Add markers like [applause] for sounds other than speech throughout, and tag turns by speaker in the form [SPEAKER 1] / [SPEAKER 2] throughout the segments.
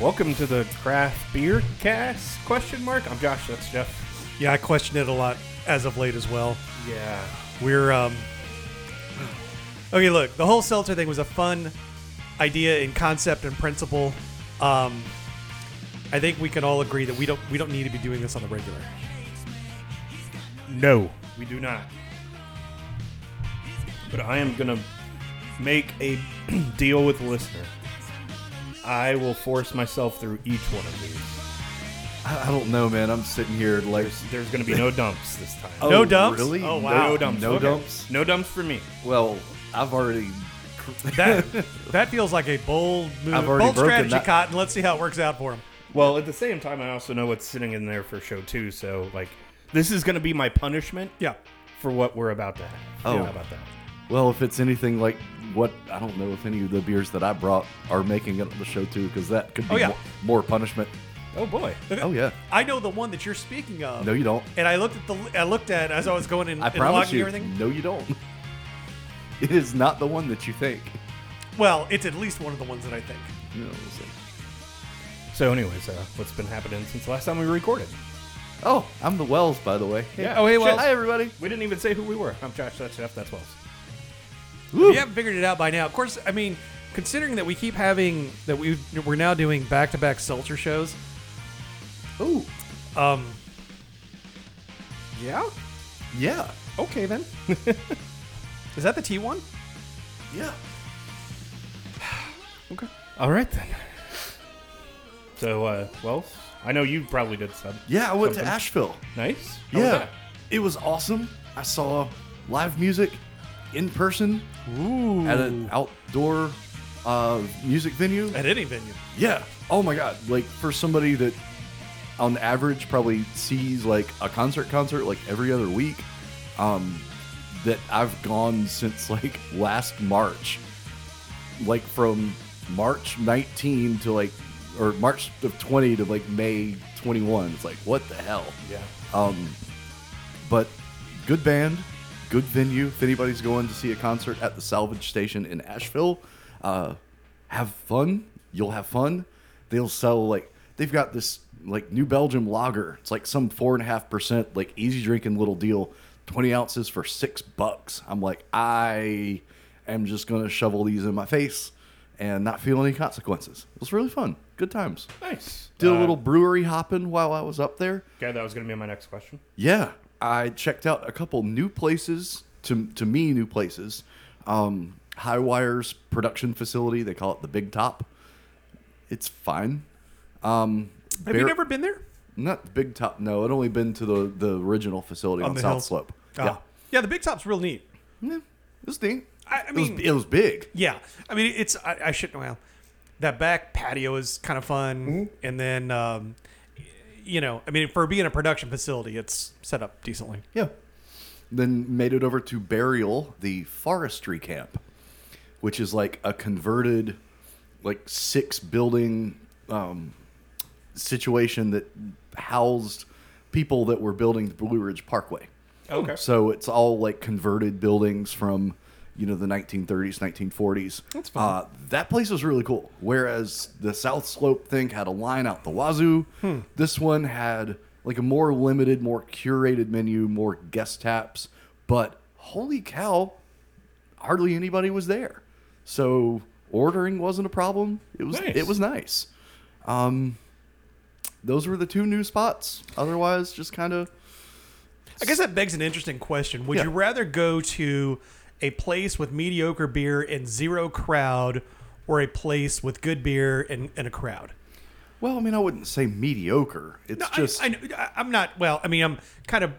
[SPEAKER 1] Welcome to the Craft Beer Cast? Question mark. I'm Josh. That's Jeff.
[SPEAKER 2] Yeah, I question it a lot as of late as well.
[SPEAKER 1] Yeah.
[SPEAKER 2] We're um Okay, look, the whole seltzer thing was a fun idea in concept and principle. Um I think we can all agree that we don't we don't need to be doing this on the regular.
[SPEAKER 1] No, we do not. But I am gonna make a [clears throat] deal with the listener. I will force myself through each one of these.
[SPEAKER 3] I I don't know, man. I'm sitting here like
[SPEAKER 1] There's gonna
[SPEAKER 3] [laughs]
[SPEAKER 1] be no dumps this time.
[SPEAKER 3] Oh,
[SPEAKER 2] No dumps?
[SPEAKER 3] Really?
[SPEAKER 2] Oh,
[SPEAKER 3] No-
[SPEAKER 2] wow.
[SPEAKER 1] No dumps.
[SPEAKER 3] No
[SPEAKER 1] Okay.
[SPEAKER 3] dumps.
[SPEAKER 1] No dumps for me.
[SPEAKER 3] Well, I've already.
[SPEAKER 2] That that feels like a bold move,
[SPEAKER 3] I've already
[SPEAKER 2] bold
[SPEAKER 3] broken
[SPEAKER 2] strategy,
[SPEAKER 3] that-
[SPEAKER 2] Cotton. Let's see how it works out for him.
[SPEAKER 1] Well, at the same time, I also know what's sitting in there for show two. So, like, this is gonna be my punishment
[SPEAKER 2] Yeah.
[SPEAKER 1] for what we're about to have.
[SPEAKER 3] Oh.
[SPEAKER 1] How about that?
[SPEAKER 3] [laughs] Well, if it's anything like what I don't know if any of the beers that I brought are making it on the show too, because that could be
[SPEAKER 2] Oh, yeah.
[SPEAKER 3] mo- more, punishment.
[SPEAKER 1] Oh boy.
[SPEAKER 3] Oh yeah.
[SPEAKER 2] I know the one that you're speaking of.
[SPEAKER 3] No, you don't.
[SPEAKER 2] and I looked at the I looked at as I was going in
[SPEAKER 3] I
[SPEAKER 2] and
[SPEAKER 3] promise
[SPEAKER 2] logging
[SPEAKER 3] you.
[SPEAKER 2] everything.
[SPEAKER 3] No, you don't. [laughs] It is not the one that you think.
[SPEAKER 2] Well, it's at least one of the ones that I think.
[SPEAKER 3] You know, it's like,
[SPEAKER 1] So, anyways, uh, what's been happening since last time we recorded?
[SPEAKER 3] oh, I'm the Wells, by the way. Hey,
[SPEAKER 1] Yeah. Oh, hey, Wells.
[SPEAKER 3] Hi, everybody.
[SPEAKER 1] We didn't even say who we were. I'm Josh. That's Jeff. That's Wells.
[SPEAKER 3] Woo.
[SPEAKER 2] If you haven't figured it out by now, of course, I mean, considering that we keep having that we we're now doing back to back seltzer shows.
[SPEAKER 3] Ooh.
[SPEAKER 2] Um,
[SPEAKER 1] Yeah.
[SPEAKER 3] Yeah.
[SPEAKER 1] Okay then.
[SPEAKER 2] is that the T one?
[SPEAKER 3] Yeah.
[SPEAKER 1] okay. All right then. So, uh, Wells, I know you probably did some.
[SPEAKER 3] Yeah. I went to
[SPEAKER 1] Something.
[SPEAKER 3] Asheville.
[SPEAKER 1] Nice. How was
[SPEAKER 3] Yeah,
[SPEAKER 1] that?
[SPEAKER 3] it was awesome. I saw live music in person
[SPEAKER 2] Ooh,
[SPEAKER 3] at an outdoor uh, music venue.
[SPEAKER 2] at any venue.
[SPEAKER 3] Yeah. Oh my god! Like for somebody that, on average, probably sees like a concert concert like every other week, um, that I've gone since like last March, like from March 19 to like or March of 20 to like May 21. It's like what the hell?
[SPEAKER 1] Yeah.
[SPEAKER 3] Um, but good band, good venue. If anybody's going to see a concert at the Salvage Station in Asheville, uh, have fun. You'll have fun. They'll sell like they've got this like New Belgium lager. It's like some four and a half percent like easy drinking little deal. Twenty ounces for six bucks. I'm like I am just gonna shovel these in my face and not feel any consequences. It was really fun. Good times.
[SPEAKER 1] Nice.
[SPEAKER 3] Did
[SPEAKER 1] Uh,
[SPEAKER 3] a little brewery hopping while I was up there.
[SPEAKER 1] Okay, that was gonna be my next question.
[SPEAKER 3] Yeah, I checked out a couple new places to to me new places. Um, Highwire's production facility, they call it the Big Top. It's fine. Um,
[SPEAKER 2] Have you
[SPEAKER 3] Bear-
[SPEAKER 2] never been there?
[SPEAKER 3] Not the Big Top. No, I'd only been to the the original facility
[SPEAKER 2] On
[SPEAKER 3] on,
[SPEAKER 2] the
[SPEAKER 3] South
[SPEAKER 2] hill.
[SPEAKER 3] Slope.
[SPEAKER 2] Ah. yeah. The Big Top's real neat.
[SPEAKER 3] Yeah, yeah, it was neat.
[SPEAKER 2] I- I
[SPEAKER 3] it
[SPEAKER 2] mean-
[SPEAKER 3] was, it was big.
[SPEAKER 2] Yeah, I mean, it's I, I shouldn't. Well, that back patio is kind of fun,
[SPEAKER 3] Mm-hmm.
[SPEAKER 2] and then um, y- you know, I mean, for being a production facility, it's set up decently.
[SPEAKER 3] Yeah. Then made it over to Burial, the forestry camp, which is like a converted, like six building um, situation that housed people that were building the Blue Ridge Parkway.
[SPEAKER 1] Okay.
[SPEAKER 3] So it's all like converted buildings from, you know, the 1930s, 1940s. That's fun. Uh, that place was really cool. Whereas the South Slope thing had a line out the wazoo,
[SPEAKER 1] Hmm.
[SPEAKER 3] this one had like a more limited, more curated menu, more guest taps. But holy cow, hardly anybody was there. So ordering wasn't a problem. It was
[SPEAKER 1] Nice.
[SPEAKER 3] it was nice. Um, those were the two new spots. Otherwise, just kind of
[SPEAKER 2] I guess that begs an interesting question. Would
[SPEAKER 3] Yeah.
[SPEAKER 2] you rather go to a place with mediocre beer and zero crowd or a place with good beer and, and a crowd?
[SPEAKER 3] Well, I mean, I wouldn't say mediocre. It's
[SPEAKER 2] No, I-
[SPEAKER 3] just
[SPEAKER 2] I, know- I, am not, well, I mean, I'm kind of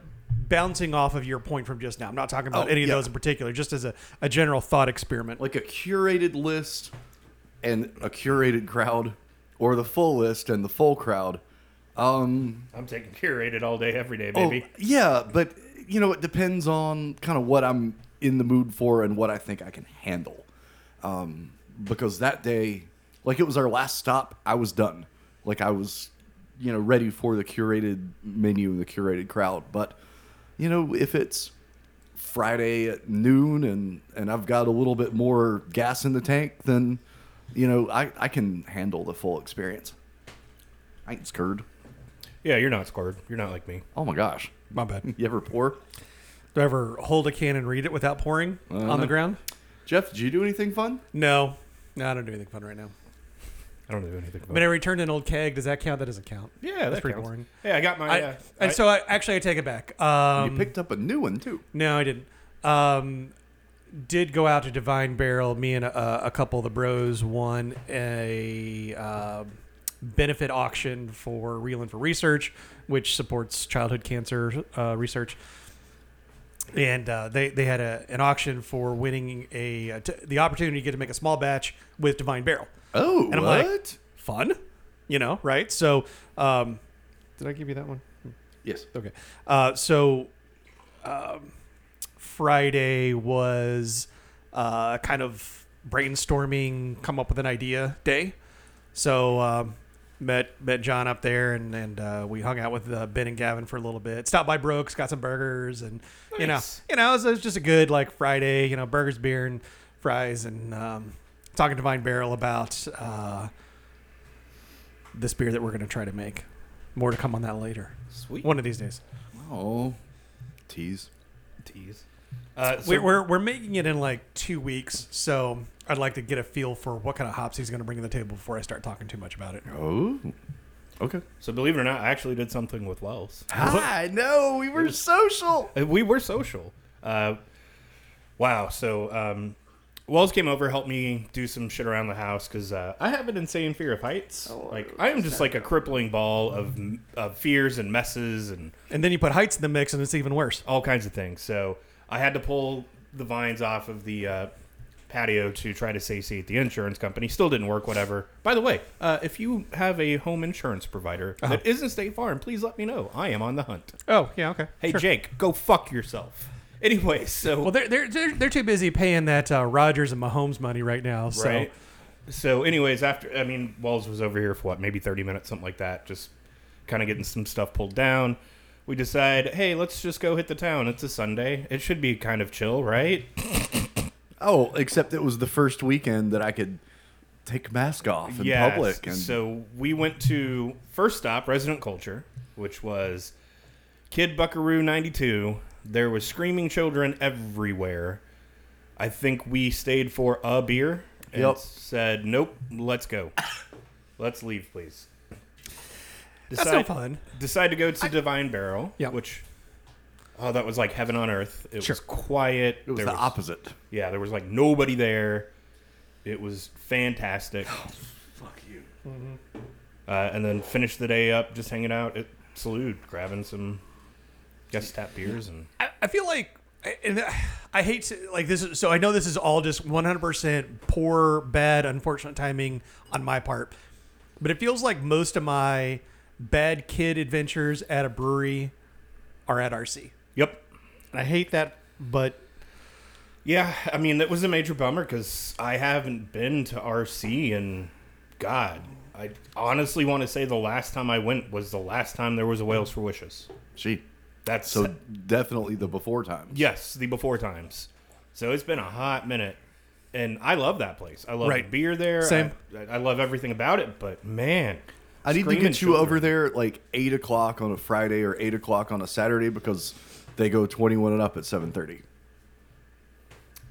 [SPEAKER 2] bouncing off of your point from just now. I'm not talking about
[SPEAKER 3] Oh,
[SPEAKER 2] any of
[SPEAKER 3] yeah.
[SPEAKER 2] those in particular, just as a, a general thought experiment.
[SPEAKER 3] like a curated list and a curated crowd, or the full list and the full crowd. Um,
[SPEAKER 1] I'm taking curated all day, every day,
[SPEAKER 3] oh,
[SPEAKER 1] baby.
[SPEAKER 3] yeah, but you know, it depends on kind of what I'm in the mood for and what I think I can handle. Um, because that day, like it was our last stop, I was done. Like I was, you know, ready for the curated menu and the curated crowd. But you know, if it's Friday at noon and and I've got a little bit more gas in the tank, then you know I I can handle the full experience. I ain't scared.
[SPEAKER 1] Yeah, you're not scared. You're not like me.
[SPEAKER 3] Oh my gosh.
[SPEAKER 2] My bad.
[SPEAKER 3] You ever pour?
[SPEAKER 2] Do I ever hold a can and read it without pouring on the
[SPEAKER 3] no.
[SPEAKER 2] ground?
[SPEAKER 3] Jeff, did you do anything fun?
[SPEAKER 2] No. No, I don't do anything fun right now.
[SPEAKER 1] I don't do anything.
[SPEAKER 2] I mean, I returned an old keg. Does that count? That doesn't count.
[SPEAKER 1] yeah,
[SPEAKER 2] that's
[SPEAKER 1] that
[SPEAKER 2] pretty
[SPEAKER 1] counts.
[SPEAKER 2] boring.
[SPEAKER 1] Yeah, I got my.
[SPEAKER 2] I,
[SPEAKER 1] uh,
[SPEAKER 2] and
[SPEAKER 1] I-
[SPEAKER 2] so I actually I take it back. Um,
[SPEAKER 3] you picked up a new one too.
[SPEAKER 2] No, I didn't. Um, did go out to Divine Barrel. Me and a, a couple of the bros won a uh, benefit auction for Reeling for Research, which supports childhood cancer uh, research. And uh, they they had a, an auction for winning a uh, t- the opportunity to get to make a small batch with Divine Barrel.
[SPEAKER 3] Oh,
[SPEAKER 2] And I'm like-
[SPEAKER 3] what?
[SPEAKER 2] Fun, you know, right? So, um, did I give you that one?
[SPEAKER 3] yes.
[SPEAKER 2] Okay. Uh, so um, Friday was uh, kind of brainstorming, come up with an idea day. So um, met met John up there, and and uh, we hung out with uh, Ben and Gavin for a little bit. Stopped by Brooks, got some burgers, and you know,
[SPEAKER 1] Nice.
[SPEAKER 2] you know, it was, it was just a good like Friday. You know, burgers, beer, and fries, and um, talking to Vine Barrel about uh, this beer that we're going to try to make. More to come on that later.
[SPEAKER 1] Sweet.
[SPEAKER 2] One of these days.
[SPEAKER 3] Oh, tease.
[SPEAKER 1] tease. Uh, so
[SPEAKER 2] we're, we're, we're making it in like two weeks, so I'd like to get a feel for what kind of hops he's going to bring to the table before I start talking too much about it.
[SPEAKER 3] Oh, okay.
[SPEAKER 1] so believe it or not, I actually did something with Wells.
[SPEAKER 3] I know we were social.
[SPEAKER 1] Uh, We were social. Uh, wow. So um, Wells came over, helped me do some shit around the house because uh, I have an insane fear of heights. like I am just like a crippling ball of of fears and messes and
[SPEAKER 2] And then you put heights in the mix, and it's even worse.
[SPEAKER 1] all kinds of things. So I had to pull the vines off of the uh, patio to try to satiate the insurance company. Still didn't work. Whatever. By the way, uh, if you have a home insurance provider that isn't State Farm, please let me know. I am on the hunt.
[SPEAKER 2] Oh, yeah, okay.
[SPEAKER 1] Hey Jake, go fuck yourself. Anyway, so
[SPEAKER 2] Well, they're, they're, they're, they're too busy paying that uh, Rogers and Mahomes money right now. So
[SPEAKER 1] right? So, anyways, after I mean, Walls was over here for what, maybe thirty minutes, something like that, just kind of getting some stuff pulled down. We decide, hey, let's just go hit the town. It's a Sunday. It should be kind of chill, right?
[SPEAKER 3] Oh, except it was the first weekend that I could take mask off in
[SPEAKER 1] Yes.
[SPEAKER 3] public. And
[SPEAKER 1] So we went to first stop, Resident Culture, which was Kid Buckaroo '92. There was screaming children everywhere. I think we stayed for a beer and
[SPEAKER 3] Yep.
[SPEAKER 1] said, "Nope, let's go. [coughs] let's leave, please."
[SPEAKER 2] that's no
[SPEAKER 1] Decide-
[SPEAKER 2] fun.
[SPEAKER 1] decide to go to Divine Barrel,
[SPEAKER 2] Yeah.
[SPEAKER 1] which oh, that was like heaven on earth. It
[SPEAKER 2] Sure.
[SPEAKER 1] was quiet.
[SPEAKER 3] it was
[SPEAKER 1] There
[SPEAKER 3] the opposite.
[SPEAKER 1] Yeah, there was like nobody there. It was
[SPEAKER 2] [gasps]
[SPEAKER 1] fantastic.
[SPEAKER 3] Fuck you.
[SPEAKER 1] Uh, and then finished the day up just hanging out at Salute, grabbing some guest tap beers and
[SPEAKER 2] I, I feel like, and I hate to, like this. Is, so I know this is all just 100% poor, bad, unfortunate timing on my part, but it feels like most of my bad kid adventures at a brewery are at RC.
[SPEAKER 1] yep.
[SPEAKER 2] And I hate that, but
[SPEAKER 1] Yeah, I mean that was a major bummer because I haven't been to RC and God, I honestly want to say the last time I went was the last time there was a Whales for Wishes.
[SPEAKER 3] She.
[SPEAKER 1] That's
[SPEAKER 3] So definitely the before time.
[SPEAKER 1] Yes, the before times. So it's been a hot minute, and I love that place. I love
[SPEAKER 2] Right.
[SPEAKER 1] the beer there.
[SPEAKER 2] Same.
[SPEAKER 1] I, I love everything about it. But man,
[SPEAKER 3] I need to
[SPEAKER 1] screaming
[SPEAKER 3] get you
[SPEAKER 1] children.
[SPEAKER 3] over there at like eight o'clock on a Friday or eight o'clock on a Saturday because they go twenty-one and up at seven thirty.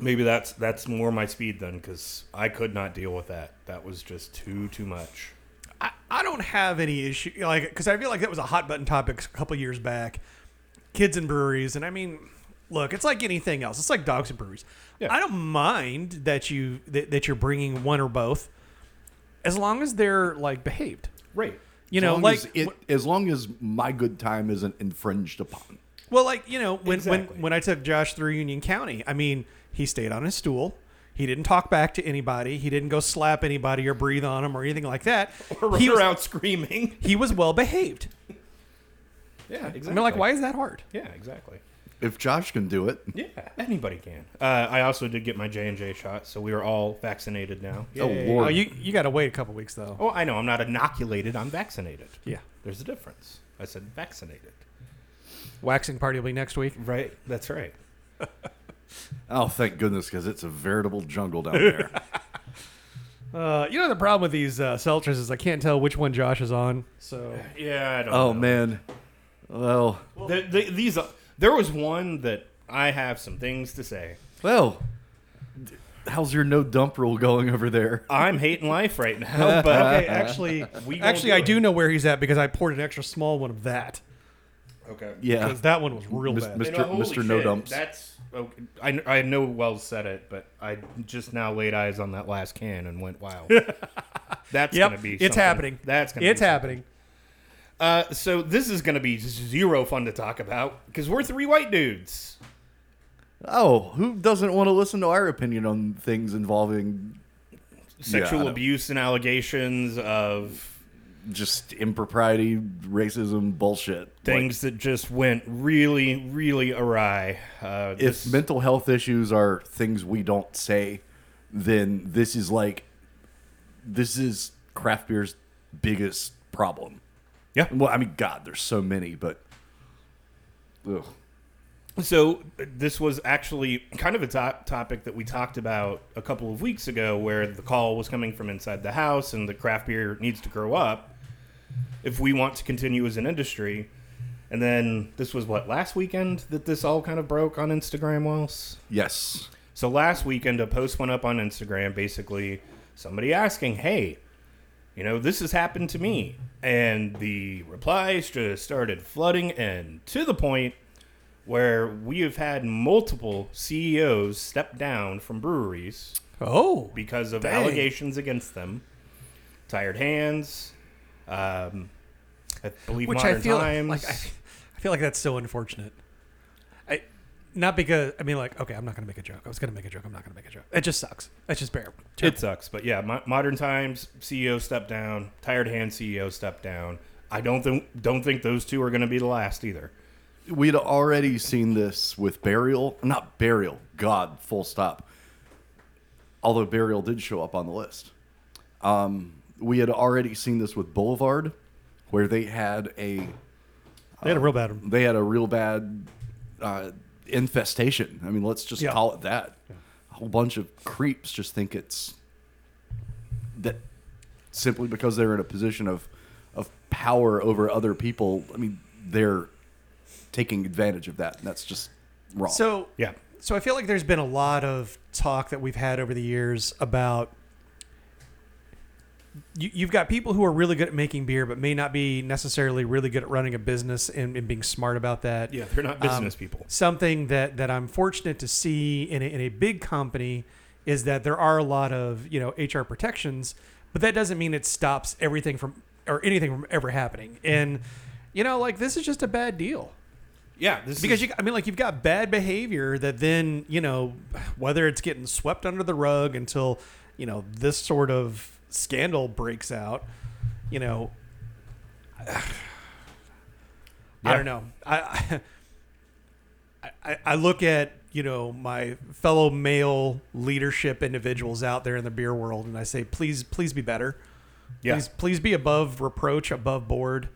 [SPEAKER 1] Maybe that's that's more my speed then, because I could not deal with that. That was just too too much.
[SPEAKER 2] I, I don't have any issue like because I feel like that was a hot button topic a couple years back. Kids and breweries, and I mean, look, it's like anything else. It's like dogs and breweries.
[SPEAKER 1] Yeah.
[SPEAKER 2] I don't mind that you that, that you're bringing one or both, as long as they're like behaved.
[SPEAKER 1] [laughs] Right.
[SPEAKER 2] You
[SPEAKER 3] as
[SPEAKER 2] know,
[SPEAKER 3] long
[SPEAKER 2] like
[SPEAKER 3] as, it, as long as my good time isn't infringed upon.
[SPEAKER 2] Well, like you know, when
[SPEAKER 1] Exactly.
[SPEAKER 2] when when I took Josh through Union County, I mean, he stayed on his stool. He didn't talk back to anybody. He didn't go slap anybody or breathe on him or anything like that.
[SPEAKER 1] [laughs] Or run
[SPEAKER 2] he was
[SPEAKER 1] around screaming.
[SPEAKER 2] he was well behaved.
[SPEAKER 1] [laughs] Yeah, exactly.
[SPEAKER 2] I mean, like, why is that hard?
[SPEAKER 1] Yeah, exactly.
[SPEAKER 3] If Josh can do it,
[SPEAKER 1] Yeah, anybody can. Uh, I also did get my J and J shot, so we are all vaccinated now.
[SPEAKER 3] Oh,
[SPEAKER 1] Yay.
[SPEAKER 3] Lord.
[SPEAKER 2] Oh, you you got to wait a couple weeks though.
[SPEAKER 1] Oh, I know. I'm not inoculated. I'm vaccinated.
[SPEAKER 2] Yeah,
[SPEAKER 1] There's a difference. I said vaccinated.
[SPEAKER 2] waxing party will be next week.
[SPEAKER 1] Right. That's right.
[SPEAKER 2] [laughs]
[SPEAKER 3] oh thank goodness because it's a veritable jungle down there.
[SPEAKER 2] Uh, you know the problem with these uh, seltzers is I can't tell which one Josh is on. So
[SPEAKER 1] Yeah, I don't
[SPEAKER 3] Oh
[SPEAKER 1] know.
[SPEAKER 3] man. Well,
[SPEAKER 1] The, the, these are- there was one that I have some things to say.
[SPEAKER 3] well. How's your no dump rule going over there?
[SPEAKER 1] I'm hating life right
[SPEAKER 2] [laughs]
[SPEAKER 1] now, but
[SPEAKER 2] okay, actually,
[SPEAKER 1] We won't
[SPEAKER 2] actually
[SPEAKER 1] do
[SPEAKER 2] I
[SPEAKER 1] it.
[SPEAKER 2] do know where he's at because I poured an extra small one of that
[SPEAKER 1] okay.
[SPEAKER 3] Yeah.
[SPEAKER 2] because that one was real
[SPEAKER 3] Mis-
[SPEAKER 2] bad.
[SPEAKER 3] mis-
[SPEAKER 1] You know,
[SPEAKER 3] Mr.
[SPEAKER 1] holy
[SPEAKER 3] Mr. No
[SPEAKER 1] shit,
[SPEAKER 3] Dumps.
[SPEAKER 1] That's okay. I, I know Wells said it, but I just now laid eyes on that last can and went,
[SPEAKER 2] [laughs]
[SPEAKER 1] "Wow, that's
[SPEAKER 2] yep,
[SPEAKER 1] gonna be
[SPEAKER 2] it's
[SPEAKER 1] something.
[SPEAKER 2] happening.
[SPEAKER 1] That's gonna
[SPEAKER 2] it's
[SPEAKER 1] be something.
[SPEAKER 2] happening.
[SPEAKER 1] Uh, so this is gonna be zero fun to talk about because we're three white dudes.
[SPEAKER 3] Oh, who doesn't want to listen to our opinion on things involving
[SPEAKER 1] Sexual
[SPEAKER 3] know.
[SPEAKER 1] abuse and allegations of
[SPEAKER 3] just impropriety, racism, bullshit? Like,
[SPEAKER 1] things that just went really, really awry. Uh,
[SPEAKER 3] if
[SPEAKER 1] this-
[SPEAKER 3] mental health issues are things we don't say, then this is like this is craft beer's biggest problem.
[SPEAKER 1] Yeah.
[SPEAKER 3] Well, I mean, God, there's so many, but ugh.
[SPEAKER 1] So uh, this was actually kind of a top topic that we talked about a couple of weeks ago, where the call was coming from inside the house, and the craft beer needs to grow up if we want to continue as an industry. And then this was what last weekend that this all kind of broke on Instagram, Wells.
[SPEAKER 3] yes,
[SPEAKER 1] So last weekend, a post went up on Instagram, basically somebody asking, "Hey, you know this has happened to me," and the replies just started flooding in to the point where we have had multiple CEOs step down from breweries
[SPEAKER 2] Oh,
[SPEAKER 1] because of
[SPEAKER 2] Dang.
[SPEAKER 1] allegations against them, tired hands. Um, I believe
[SPEAKER 2] which
[SPEAKER 1] modern
[SPEAKER 2] I feel
[SPEAKER 1] times.
[SPEAKER 2] like I, I feel like that's so unfortunate. I not because I mean like okay I'm not gonna make a joke. I was gonna make a joke. I'm not gonna make a joke. It just sucks. It's just bare.
[SPEAKER 1] It sucks, but yeah, mo- modern times CEO stepped down, tired hand CEO stepped down. I don't think don't think those two are going to be the last either.
[SPEAKER 3] we'd already seen this with burial, not burial. God, full stop. Although burial did show up on the list, um, we had already seen this with Boulevard, where they had a
[SPEAKER 2] They had a real bad one.
[SPEAKER 3] they had a real bad uh, infestation. I mean, let's just
[SPEAKER 2] Yeah.
[SPEAKER 3] call it that. A whole bunch of creeps just think it's that simply because they're in a position of of power over other people. I mean, they're taking advantage of that, and that's just wrong.
[SPEAKER 2] So
[SPEAKER 1] Yeah,
[SPEAKER 2] So I feel like there's been a lot of talk that we've had over the years about you, you've got people who are really good at making beer, but may not be necessarily really good at running a business and, and being smart about that.
[SPEAKER 1] yeah, they're not business people.
[SPEAKER 2] Something that that I'm fortunate to see in a, in a big company is that there are a lot of you know HR protections, but that doesn't mean it stops everything from or anything from ever happening. And you know, like this is just a bad deal
[SPEAKER 1] Yeah, this
[SPEAKER 2] because
[SPEAKER 1] is,
[SPEAKER 2] you, I mean, like you've got bad behavior that then you know whether it's getting swept under the rug until you know this sort of scandal breaks out. You know, [sighs] I
[SPEAKER 1] Yeah.
[SPEAKER 2] don't know. I, I I I look at you know my fellow male leadership individuals out there in the beer world, and I say, please, please be better.
[SPEAKER 1] yeah,
[SPEAKER 2] Please, please be above reproach, above board.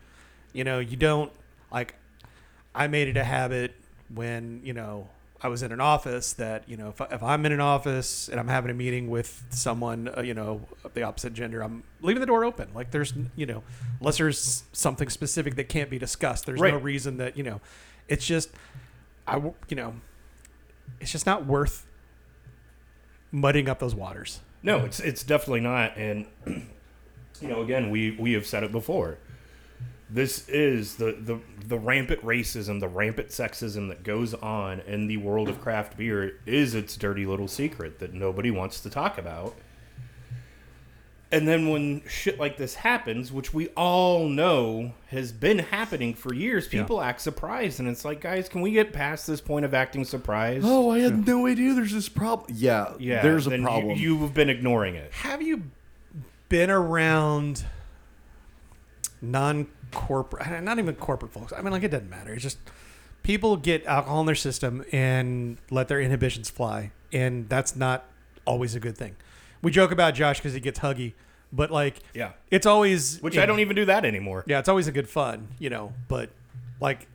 [SPEAKER 2] You know, you don't like. I made it a habit when you know I was in an office that you know if, I- if I'm in an office and I'm having a meeting with someone uh, you know of the opposite gender, I'm leaving the door open. Like there's you know unless there's something specific that can't be discussed, there's no
[SPEAKER 1] Right.
[SPEAKER 2] reason that you know. It's just I w- you know it's just not worth muddying up those waters.
[SPEAKER 1] no, it's it's definitely not. And [clears throat] you know, again, we we have said it before. This is the the the rampant racism, the rampant sexism that goes on in the world of craft beer is its dirty little secret that nobody wants to talk about. And then when shit like this happens, which we all know has been happening for years, people act surprised, and it's like, guys, can we get past this point of acting surprised?
[SPEAKER 3] oh, I had no idea there's this problem. Yeah,
[SPEAKER 1] yeah,
[SPEAKER 3] there's a
[SPEAKER 1] then you-
[SPEAKER 3] problem.
[SPEAKER 1] you've been ignoring it.
[SPEAKER 2] Have you been around non corporate, not even corporate folks? I mean, like, it doesn't matter. It's just people get alcohol in their system and let their inhibitions fly. And that's not always a good thing. We joke about Josh because he gets huggy, but like,
[SPEAKER 1] Yeah.
[SPEAKER 2] it's always.
[SPEAKER 1] Which I don't e-, even do that anymore.
[SPEAKER 2] Yeah, it's always a good fun, you know, but like,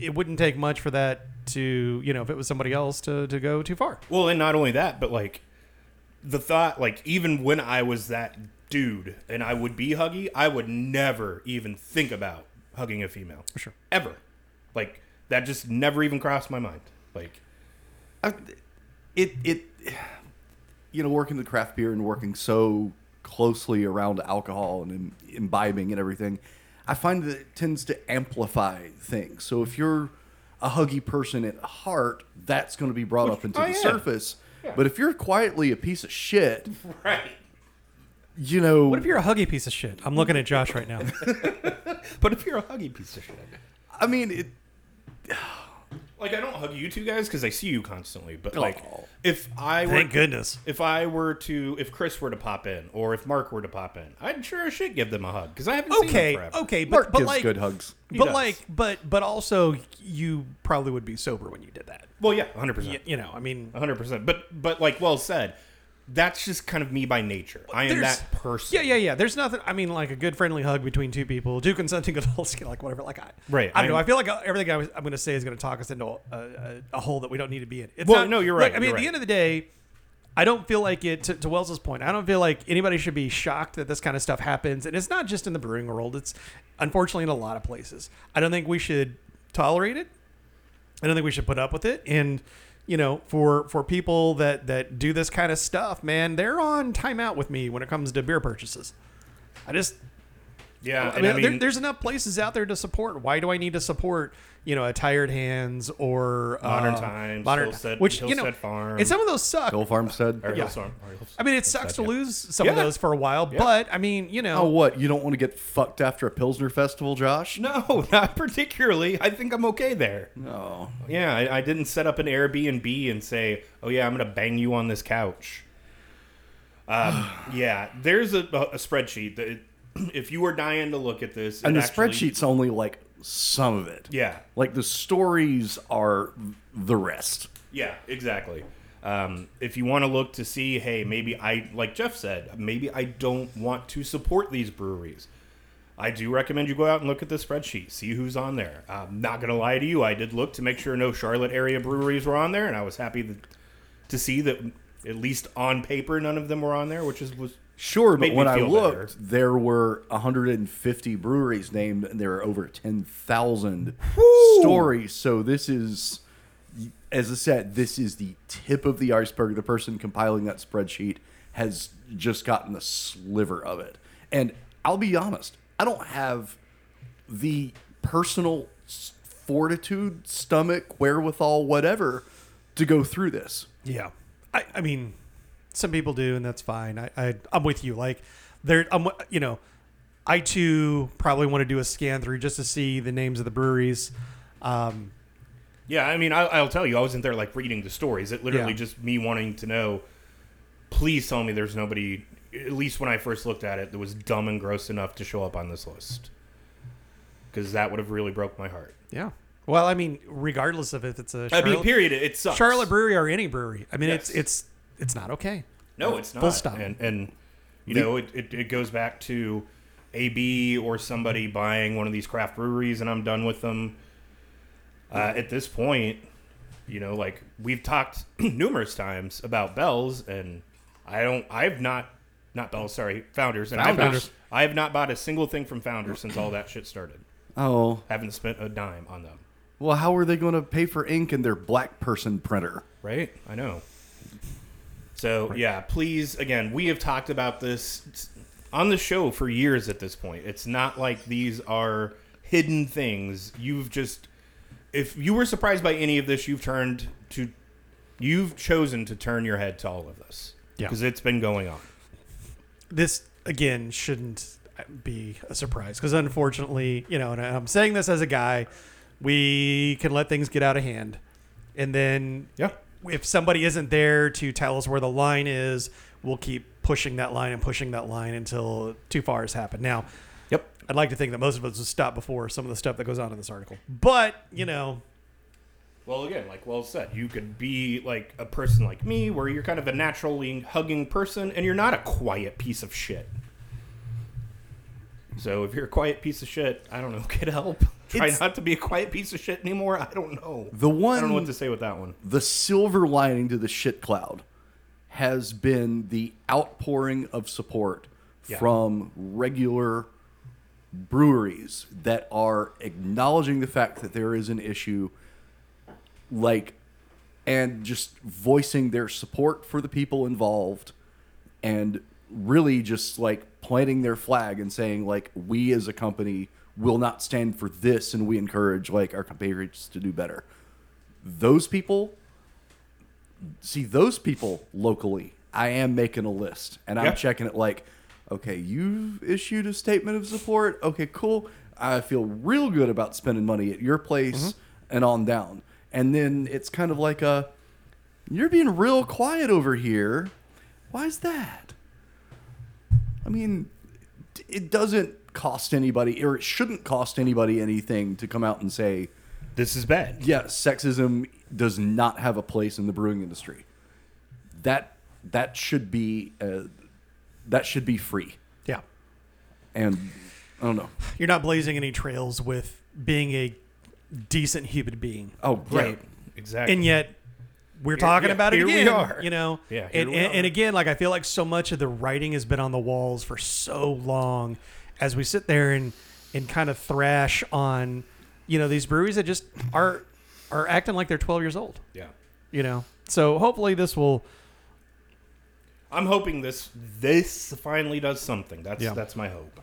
[SPEAKER 2] it wouldn't take much for that to, you know, if it was somebody else to, to go too far.
[SPEAKER 1] Well, and not only that, but like the thought, like, even when I was that dude and I would be huggy, I would never even think about hugging a female. For
[SPEAKER 2] sure.
[SPEAKER 1] Ever. Like, that just never even crossed my mind. Like,
[SPEAKER 3] I, it it you know working the craft beer and working so closely around alcohol and im- imbibing and everything i find that it tends to amplify things so if you're a huggy person at heart that's going to be brought up into
[SPEAKER 1] I
[SPEAKER 3] the
[SPEAKER 1] am.
[SPEAKER 3] surface but if you're quietly a piece of shit
[SPEAKER 1] right.
[SPEAKER 3] you know
[SPEAKER 2] What if you're a huggy piece of shit? I'm looking at Josh right now.
[SPEAKER 1] But if you're a huggy piece of shit,
[SPEAKER 3] i mean it
[SPEAKER 1] like, I don't hug you two guys because I see you constantly. But
[SPEAKER 3] Aw.
[SPEAKER 1] like, if I were
[SPEAKER 2] Thank
[SPEAKER 1] to-
[SPEAKER 2] goodness.
[SPEAKER 1] if I were to, if Chris were to pop in, or if Mark were to pop in, I'd sure as shit give them a hug because I haven't seen them
[SPEAKER 2] Okay,
[SPEAKER 1] forever.
[SPEAKER 2] okay, but,
[SPEAKER 3] mark
[SPEAKER 2] but
[SPEAKER 3] gives
[SPEAKER 2] like,
[SPEAKER 3] good hugs
[SPEAKER 2] but
[SPEAKER 1] does.
[SPEAKER 2] like, but but also, you probably would be sober when you did that.
[SPEAKER 1] Well, yeah, hundred
[SPEAKER 2] Y-
[SPEAKER 1] percent,
[SPEAKER 2] you know, I mean,
[SPEAKER 1] hundred percent. But but like, well said. That's just kind of me by nature. I am
[SPEAKER 2] there's-
[SPEAKER 1] that person.
[SPEAKER 2] Yeah, yeah, yeah. There's nothing. I mean, like a good friendly hug between two people, two consenting [laughs] adults, you know, like whatever. Like I,
[SPEAKER 1] Right,
[SPEAKER 2] I don't know.
[SPEAKER 1] I'm-
[SPEAKER 2] I feel like uh, everything I was, I'm going to say is going to talk us into a, a, a hole that we don't need to be in. It's
[SPEAKER 1] Well,
[SPEAKER 2] not-
[SPEAKER 1] no, you're
[SPEAKER 2] look,
[SPEAKER 1] right,
[SPEAKER 2] I mean,
[SPEAKER 1] you're
[SPEAKER 2] at
[SPEAKER 1] right.
[SPEAKER 2] the end of the day, I don't feel like it. To, to Wells's point, I don't feel like anybody should be shocked that this kind of stuff happens, and it's not just in the brewing world. It's unfortunately in a lot of places. I don't think we should tolerate it. I don't think we should put up with it. And you know, for for people that that do this kind of stuff, man, they're on timeout with me when it comes to beer purchases. I just,
[SPEAKER 1] yeah.
[SPEAKER 2] I
[SPEAKER 1] and
[SPEAKER 2] mean, there, there's enough places out there to support. Why do I need to support, you know, a Tired Hands or
[SPEAKER 1] Modern
[SPEAKER 2] uh,
[SPEAKER 1] Times,
[SPEAKER 2] Modern,
[SPEAKER 1] Hillstead-
[SPEAKER 2] which you know,
[SPEAKER 1] Hillstead Farm.
[SPEAKER 2] and some of those suck.
[SPEAKER 3] Bill Farm said
[SPEAKER 1] Or
[SPEAKER 2] yeah.
[SPEAKER 1] Hillsong, or Hillsong.
[SPEAKER 2] I mean, it sucks to
[SPEAKER 1] yeah.
[SPEAKER 2] lose some of
[SPEAKER 1] Yeah.
[SPEAKER 2] those for a while,
[SPEAKER 1] Yeah.
[SPEAKER 2] but I mean, you know,
[SPEAKER 3] oh what you don't want to get fucked after a pilsner festival josh
[SPEAKER 1] No, [laughs] not particularly. I think I'm okay there.
[SPEAKER 3] no
[SPEAKER 1] Yeah, I, I didn't set up an Airbnb and say, "Oh yeah, I'm gonna bang you on this couch." Um, [sighs] yeah, there's a, a spreadsheet that [clears throat] it, if you were dying to look at this,
[SPEAKER 3] and
[SPEAKER 1] it
[SPEAKER 3] the
[SPEAKER 1] actually-
[SPEAKER 3] spreadsheet's only like some of it
[SPEAKER 1] Yeah,
[SPEAKER 3] Like the stories are the rest.
[SPEAKER 1] yeah, exactly. Um, if you want to look to see, hey, maybe I, like Jeff said, maybe I don't want to support these breweries. I do recommend you go out and look at the spreadsheet, see who's on there. I'm not gonna lie to you, I did look to make sure no Charlotte area breweries were on there, and I was happy that, to see that at least on paper none of them were on there, which is was
[SPEAKER 3] Sure, but
[SPEAKER 1] Made me
[SPEAKER 3] when I
[SPEAKER 1] feel
[SPEAKER 3] looked, there were 150 breweries named, and there are over 10,000 stories. So this is, as I said, this is the tip of the iceberg. The person compiling that spreadsheet has just gotten a sliver of it. And I'll be honest, I don't have the personal s- fortitude, stomach, wherewithal, whatever, to go through this.
[SPEAKER 2] Yeah, I, I mean, some people do, and that's fine. I, I I'm with you. Like, there, I'm wi- you know, I too probably want to do a scan through just to see the names of the breweries. Um,
[SPEAKER 1] Yeah, I mean, I, I'll tell you, I wasn't there like reading the stories. It literally
[SPEAKER 2] Yeah.
[SPEAKER 1] just me wanting to know. Please tell me there's nobody, at least when I first looked at it, that was dumb and gross enough to show up on this list. Because that would have really broke my heart.
[SPEAKER 2] yeah. Well, I mean, regardless of if it's
[SPEAKER 1] I
[SPEAKER 2] a
[SPEAKER 1] mean,
[SPEAKER 2] Charlotte,
[SPEAKER 1] period. It sucks.
[SPEAKER 2] Charlotte brewery or any brewery, I mean,
[SPEAKER 1] Yes.
[SPEAKER 2] it's it's it's not okay.
[SPEAKER 1] No, it's not.
[SPEAKER 2] Full stop.
[SPEAKER 1] And, and you
[SPEAKER 3] The-
[SPEAKER 1] know, it, it, it goes back to AB or somebody buying one of these craft breweries, and I'm done with them. Uh, at this point, you know, like we've talked [clears throat] numerous times about Bell's, and I don't, I've not, not Bell's, sorry, Founders, and I've
[SPEAKER 3] Founders.
[SPEAKER 1] not, I have not bought a single thing from Founders since all that shit started.
[SPEAKER 3] Oh,
[SPEAKER 1] Haven't spent a dime on them.
[SPEAKER 3] Well, how are they going to pay for ink in their black person printer?
[SPEAKER 1] Right? I know. So, yeah, please, again, we have talked about this on the show for years at this point. It's not like these are hidden things. You've just, if you were surprised by any of this, you've turned to, you've chosen to turn your head to all of this.
[SPEAKER 2] Yeah.
[SPEAKER 1] Because it's been going on.
[SPEAKER 2] this again shouldn't be a surprise because unfortunately you know and i'm saying this as a guy we can let things get out of hand and then
[SPEAKER 1] Yeah.
[SPEAKER 2] if somebody isn't there to tell us where the line is we'll keep pushing that line and pushing that line until too far has happened now
[SPEAKER 1] Yep.
[SPEAKER 2] i'd like to think that most of us would stop before some of the stuff that goes on in this article but you know
[SPEAKER 1] Well, again, like well said, you could be like a person like me, where you're kind of a naturally hugging person, and you're not a quiet piece of shit. So if you're a quiet piece of shit, I don't know, [laughs] get help. Try
[SPEAKER 3] It's-
[SPEAKER 1] not to be a quiet piece of shit anymore. I don't know.
[SPEAKER 3] The one,
[SPEAKER 1] I don't know what to say with that one.
[SPEAKER 3] the silver lining to the shit cloud has been the outpouring of support
[SPEAKER 1] Yeah.
[SPEAKER 3] from regular breweries that are acknowledging the fact that there is an issue like and just voicing their support for the people involved and really just like planting their flag and saying like we as a company will not stand for this and we encourage like our competitors to do better those people see those people locally i am making a list and i'm
[SPEAKER 1] Yeah.
[SPEAKER 3] checking it like okay you've issued a statement of support okay cool i feel real good about spending money at your place and on down and then it's kind of like a you're being real quiet over here why is that i mean d- it doesn't cost anybody or it shouldn't cost anybody anything to come out and say
[SPEAKER 1] This is bad.
[SPEAKER 3] yeah, sexism does not have a place in the brewing industry. That that should be uh, that should be free.
[SPEAKER 2] Yeah.
[SPEAKER 3] And I don't know.
[SPEAKER 2] You're not blazing any trails with being a decent human being.
[SPEAKER 3] Oh,
[SPEAKER 1] Right.
[SPEAKER 3] great.
[SPEAKER 1] Exactly.
[SPEAKER 2] and yet we're talking
[SPEAKER 1] yeah,
[SPEAKER 2] about it
[SPEAKER 1] here we
[SPEAKER 2] again.
[SPEAKER 1] are.
[SPEAKER 2] You know,
[SPEAKER 1] Yeah, here
[SPEAKER 2] and,
[SPEAKER 1] we
[SPEAKER 2] and, and
[SPEAKER 1] are.
[SPEAKER 2] again, like I feel like so much of the writing has been on the walls for so long, as we sit there and and kind of thrash on, you know, these breweries that just are are acting like they're 12 years old.
[SPEAKER 1] yeah.
[SPEAKER 2] You know, so hopefully this will.
[SPEAKER 1] I'm hoping this this finally does something. That's
[SPEAKER 2] Yeah.
[SPEAKER 1] that's my hope.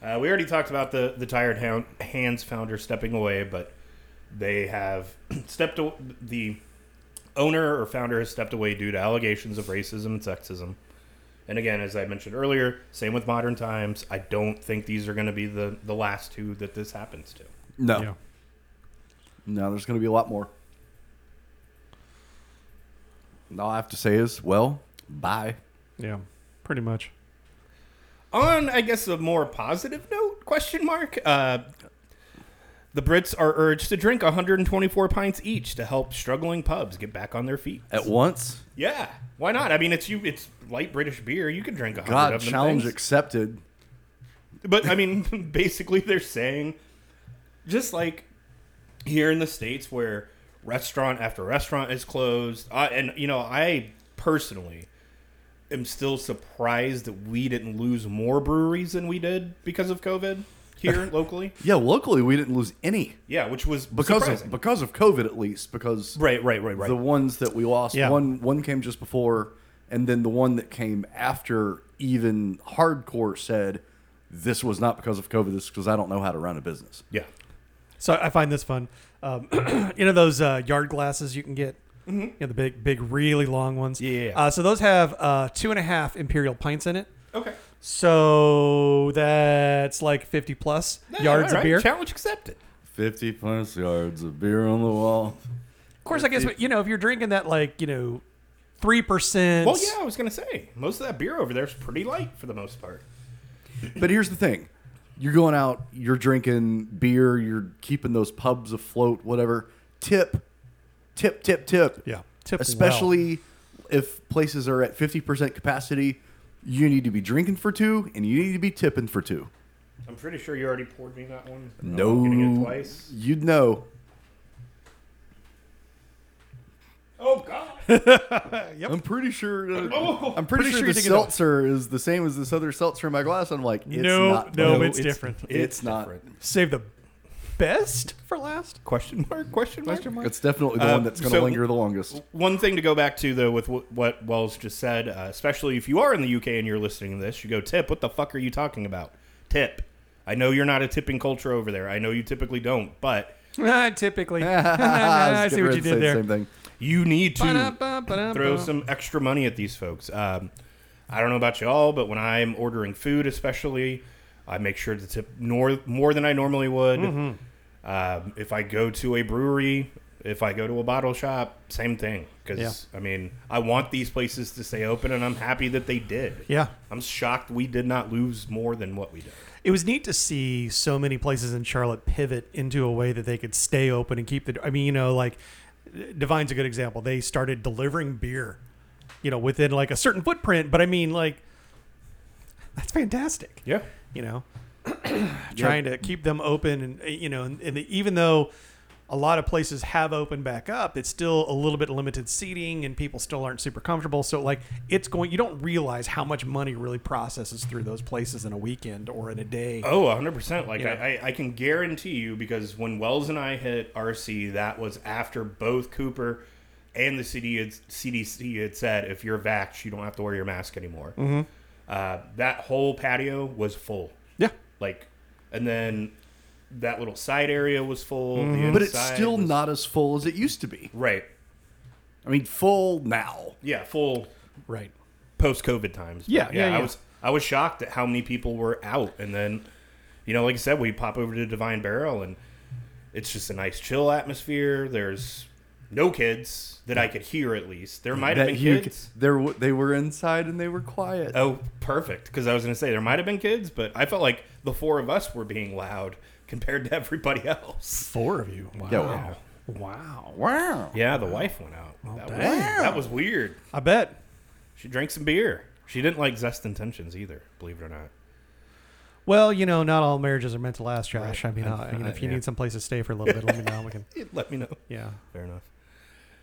[SPEAKER 1] Uh, we already talked about the the tired hound, hands founder stepping away, but they have [clears throat] stepped aw- the owner or founder has stepped away due to allegations of racism and sexism. And again, as I mentioned earlier, same with modern times. I don't think these are going to be the the last two that this happens to.
[SPEAKER 3] No,
[SPEAKER 2] Yeah.
[SPEAKER 3] no, there's going to be a lot more. And all I have to say is, well, bye.
[SPEAKER 2] Yeah, pretty much.
[SPEAKER 1] On, I guess, a more positive note? Question mark. Uh, the Brits are urged to drink 124 pints each to help struggling pubs get back on their feet.
[SPEAKER 3] At once,
[SPEAKER 1] Yeah, why not? I mean, it's you. It's light British beer. You can drink 100
[SPEAKER 3] God,
[SPEAKER 1] of them.
[SPEAKER 3] challenge
[SPEAKER 1] things.
[SPEAKER 3] accepted.
[SPEAKER 1] But I mean, [laughs] basically, they're saying, just like here in the states, where restaurant after restaurant is closed, I, and you know, I personally am still surprised that we didn't lose more breweries than we did because of COVID here locally.
[SPEAKER 3] Yeah, locally we didn't lose any
[SPEAKER 1] Yeah, which was
[SPEAKER 3] because
[SPEAKER 1] surprising.
[SPEAKER 3] of because of COVID at least because
[SPEAKER 1] right, right, right, right.
[SPEAKER 3] the ones that we lost
[SPEAKER 2] Yeah.
[SPEAKER 3] one one came just before and then the one that came after even hardcore said this was not because of covid this is because i don't know how to run a business
[SPEAKER 1] yeah,
[SPEAKER 2] So I find this fun. Um, [clears throat] you know those uh, yard glasses you can get. You know the big, big, really long ones.
[SPEAKER 1] Mm-hmm. Yeah, yeah, yeah.
[SPEAKER 2] Uh, so those have uh, two and a half imperial pints in it.
[SPEAKER 1] okay.
[SPEAKER 2] So that's like 50 plus yards
[SPEAKER 1] All
[SPEAKER 2] of
[SPEAKER 1] right,
[SPEAKER 2] beer.
[SPEAKER 1] Challenge accepted.
[SPEAKER 3] 50 plus yards of beer on the wall
[SPEAKER 2] of course, I guess, you know, if you're drinking that like, you know, 3%.
[SPEAKER 1] Well, yeah, I was gonna say most of that beer over there is pretty light for the most part.
[SPEAKER 3] but here's the thing you're going out you're drinking beer you're keeping those pubs afloat whatever tip tip tip tip
[SPEAKER 2] Yeah. Tip well.
[SPEAKER 3] especially if places are at 50% capacity you need to be drinking for two and you need to be tipping for two
[SPEAKER 1] I'm pretty sure you already poured me that one.
[SPEAKER 3] No,
[SPEAKER 1] I'm getting it twice.
[SPEAKER 3] You'd know.
[SPEAKER 1] Oh God!
[SPEAKER 3] I'm pretty sure. uh,
[SPEAKER 1] Oh.
[SPEAKER 3] I'm pretty,
[SPEAKER 2] Pretty sure
[SPEAKER 3] sure,
[SPEAKER 2] you
[SPEAKER 3] the
[SPEAKER 2] didn't know.
[SPEAKER 3] seltzer is the same as this other seltzer in my glass. I'm like, it's
[SPEAKER 2] No,
[SPEAKER 3] not.
[SPEAKER 2] no, it's different.
[SPEAKER 3] It's, not.
[SPEAKER 1] different.
[SPEAKER 2] Save the best for
[SPEAKER 1] [laughs]
[SPEAKER 2] last.
[SPEAKER 1] Question mark? Question mark?
[SPEAKER 3] It's definitely the
[SPEAKER 1] Uh,
[SPEAKER 3] one that's going to
[SPEAKER 1] so-
[SPEAKER 3] linger the longest.
[SPEAKER 1] One thing to go back to though, with wh- what Wells just said, uh, especially if you are in the UK and you're listening to this, you go tip. What the fuck are you talking about? Tip. I know you're not a tipping culture over there. I know you typically don't, but
[SPEAKER 2] Ah, [laughs] typically.
[SPEAKER 3] I
[SPEAKER 2] I
[SPEAKER 3] was
[SPEAKER 2] see
[SPEAKER 3] getting
[SPEAKER 2] what
[SPEAKER 3] ready
[SPEAKER 2] you
[SPEAKER 3] to
[SPEAKER 2] did
[SPEAKER 3] say the
[SPEAKER 2] there.
[SPEAKER 3] Same thing.
[SPEAKER 1] you need to throw
[SPEAKER 2] Throw
[SPEAKER 1] some extra money at these folks. Um, I don't know about y'all, but when I'm ordering food, especially, I make sure to tip nor- more than I normally would. Um, if I go to a brewery, if I go to a bottle shop, same thing. Because, I mean, I want these places to stay open, and I'm happy that they did.
[SPEAKER 2] Yeah.
[SPEAKER 1] I'm shocked we did not lose more than what we did.
[SPEAKER 2] It was neat to see so many places in Charlotte pivot into a way that they could stay open and keep the. I mean, you know, like Divine's a good example. They started delivering beer, you know, within like a certain footprint. But I mean, like, that's fantastic.
[SPEAKER 1] Yeah.
[SPEAKER 2] [clears throat] eh, You know, trying to keep them open and uh, you know, and, and even though a lot of places have opened back up. It's still a little bit limited seating, and people still aren't super comfortable. So like it's going. You don't realize how much money really processes through those places in a weekend or in a day.
[SPEAKER 1] Oh, 100%. Like, I,
[SPEAKER 2] Yeah.
[SPEAKER 1] I, I can guarantee you because when Wells and I hit RC, that was after both Cooper and the CD had, CDC had said, if you're vaxxed, you don't have to wear your mask anymore.
[SPEAKER 3] Mm-hmm.
[SPEAKER 1] Uh, that whole patio was full.
[SPEAKER 2] Yeah.
[SPEAKER 1] Like, and then that little side area was full. The
[SPEAKER 3] Mm-hmm. But it's
[SPEAKER 1] inside
[SPEAKER 3] still
[SPEAKER 1] was-
[SPEAKER 3] not as full as it used to be.
[SPEAKER 1] Right.
[SPEAKER 3] I mean, full now.
[SPEAKER 1] Yeah, full
[SPEAKER 2] Right.
[SPEAKER 1] post COVID times. But
[SPEAKER 2] Yeah, yeah, yeah.
[SPEAKER 1] I was I was shocked at how many people were out, and then, you know, like I said, we pop over to Divine Barrel, and it's just a nice chill atmosphere. There's no kids that I could hear at least. There might have been
[SPEAKER 3] you,
[SPEAKER 1] kids.
[SPEAKER 3] there w- they were inside and they were quiet.
[SPEAKER 1] Oh, perfect. Because I was going to say there might have been kids, but I felt like the four of us were being loud [laughs] compared to everybody else.
[SPEAKER 2] Four of you. Wow.
[SPEAKER 3] Yeah, wow.
[SPEAKER 2] Wow.
[SPEAKER 3] Wow.
[SPEAKER 1] Yeah, the wife went out. that, was,
[SPEAKER 2] damn.
[SPEAKER 1] that was weird.
[SPEAKER 2] I bet.
[SPEAKER 1] She drank some beer. She didn't like Zest Intentions either, believe it or not.
[SPEAKER 2] Well, you know, not all marriages are meant to last, Josh. I mean, uh, I, you know, if you
[SPEAKER 1] yeah.
[SPEAKER 2] need some place to stay for a little bit, let me know. We [laughs] can.
[SPEAKER 1] [laughs] Let me know.
[SPEAKER 2] Yeah.
[SPEAKER 1] Fair enough.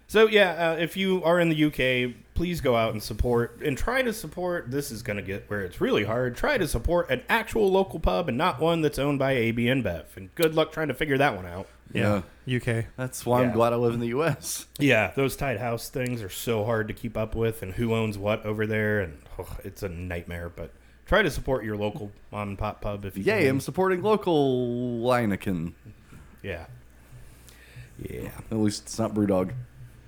[SPEAKER 1] So yeah, uh, if you are in the UK, please go out and support and try to support. This is going to get where it's really hard. Try to support an actual local pub and not one that's owned by AB InBev. And good luck trying to figure that one out.
[SPEAKER 3] Yeah.
[SPEAKER 2] UK.
[SPEAKER 3] That's why
[SPEAKER 1] Yeah.
[SPEAKER 3] I'm glad I live in the U.S.
[SPEAKER 1] Yeah, those tied house things are so hard to keep up with, and who owns what over there, and oh, it's a nightmare. But try to support your local mom and pop pub if you
[SPEAKER 3] Yay,
[SPEAKER 1] can.
[SPEAKER 3] I'm supporting local Linekin.
[SPEAKER 1] yeah, yeah.
[SPEAKER 3] At least it's not Brewdog.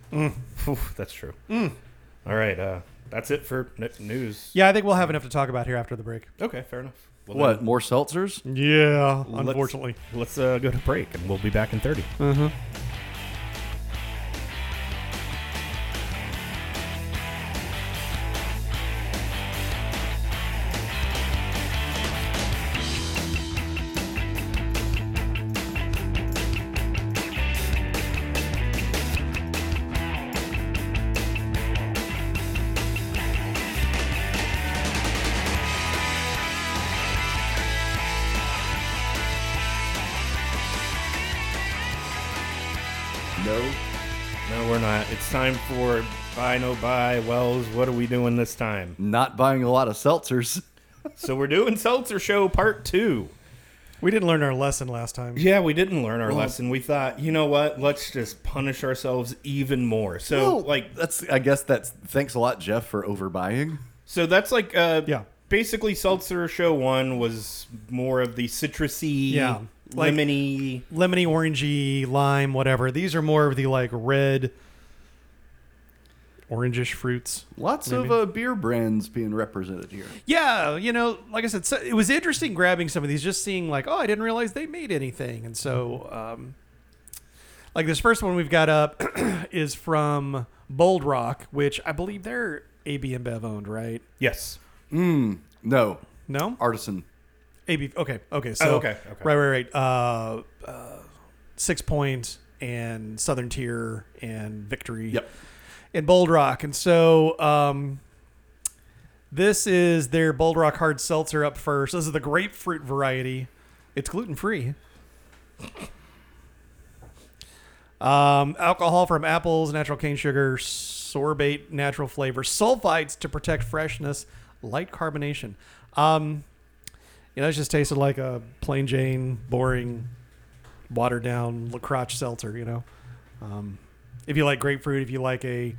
[SPEAKER 1] Phew, that's true. All right, uh, that's it for n- news.
[SPEAKER 2] Yeah, I think we'll have enough to talk about here after the break.
[SPEAKER 1] Okay, fair enough. Well, then-
[SPEAKER 3] What, more seltzers?
[SPEAKER 2] Yeah,
[SPEAKER 1] Let's- Let's uh, go to break, and we'll be back in 30.
[SPEAKER 3] No.
[SPEAKER 1] No, we're not. It's time for Buy No Buy. Wells, what are we doing this time?
[SPEAKER 3] Not buying a lot of seltzers.
[SPEAKER 1] so we're doing Seltzer Show Part 2.
[SPEAKER 2] We didn't learn our lesson last time.
[SPEAKER 1] Yeah, we didn't learn our
[SPEAKER 3] Well-
[SPEAKER 1] lesson. We thought, you know what? Let's just punish ourselves even more. So,
[SPEAKER 3] Well,
[SPEAKER 1] like,
[SPEAKER 3] that's I guess that's thanks a lot, Jeff, for overbuying.
[SPEAKER 1] so that's like, uh,
[SPEAKER 2] Yeah.
[SPEAKER 1] Basically, Seltzer Show One was more of the citrusy,
[SPEAKER 2] Yeah, like-
[SPEAKER 1] lemony.
[SPEAKER 2] Lemony, orangey, lime, whatever. These are more of the like red, orangish fruits.
[SPEAKER 3] Lots of uh, beer brands being represented here.
[SPEAKER 2] Yeah, you know, like I said, so it was interesting grabbing some of these, just seeing like, oh, I didn't realize they made anything, and so, um, like this first one we've got up [clears throat] is from Bold Rock, which I believe they're AB and Bev owned, right?
[SPEAKER 1] Yes,
[SPEAKER 3] No,
[SPEAKER 2] No,
[SPEAKER 3] artisan.
[SPEAKER 2] AB. Okay, okay. So
[SPEAKER 1] Oh, okay, okay.
[SPEAKER 2] right, right, right. Uh, uh, Six Point and Southern Tier and Victory.
[SPEAKER 3] Yep.
[SPEAKER 2] And Bold Rock, and so um, this is their Bold Rock Hard Seltzer up first. This is the grapefruit variety. It's gluten free. Um, alcohol from apples, natural cane sugar, sorbate, natural flavor, sulfites to protect freshness, light carbonation. Um, you know, it just tasted like a plain Jane, boring, watered down LaCroix seltzer, you know? Um, if you like grapefruit, if you like a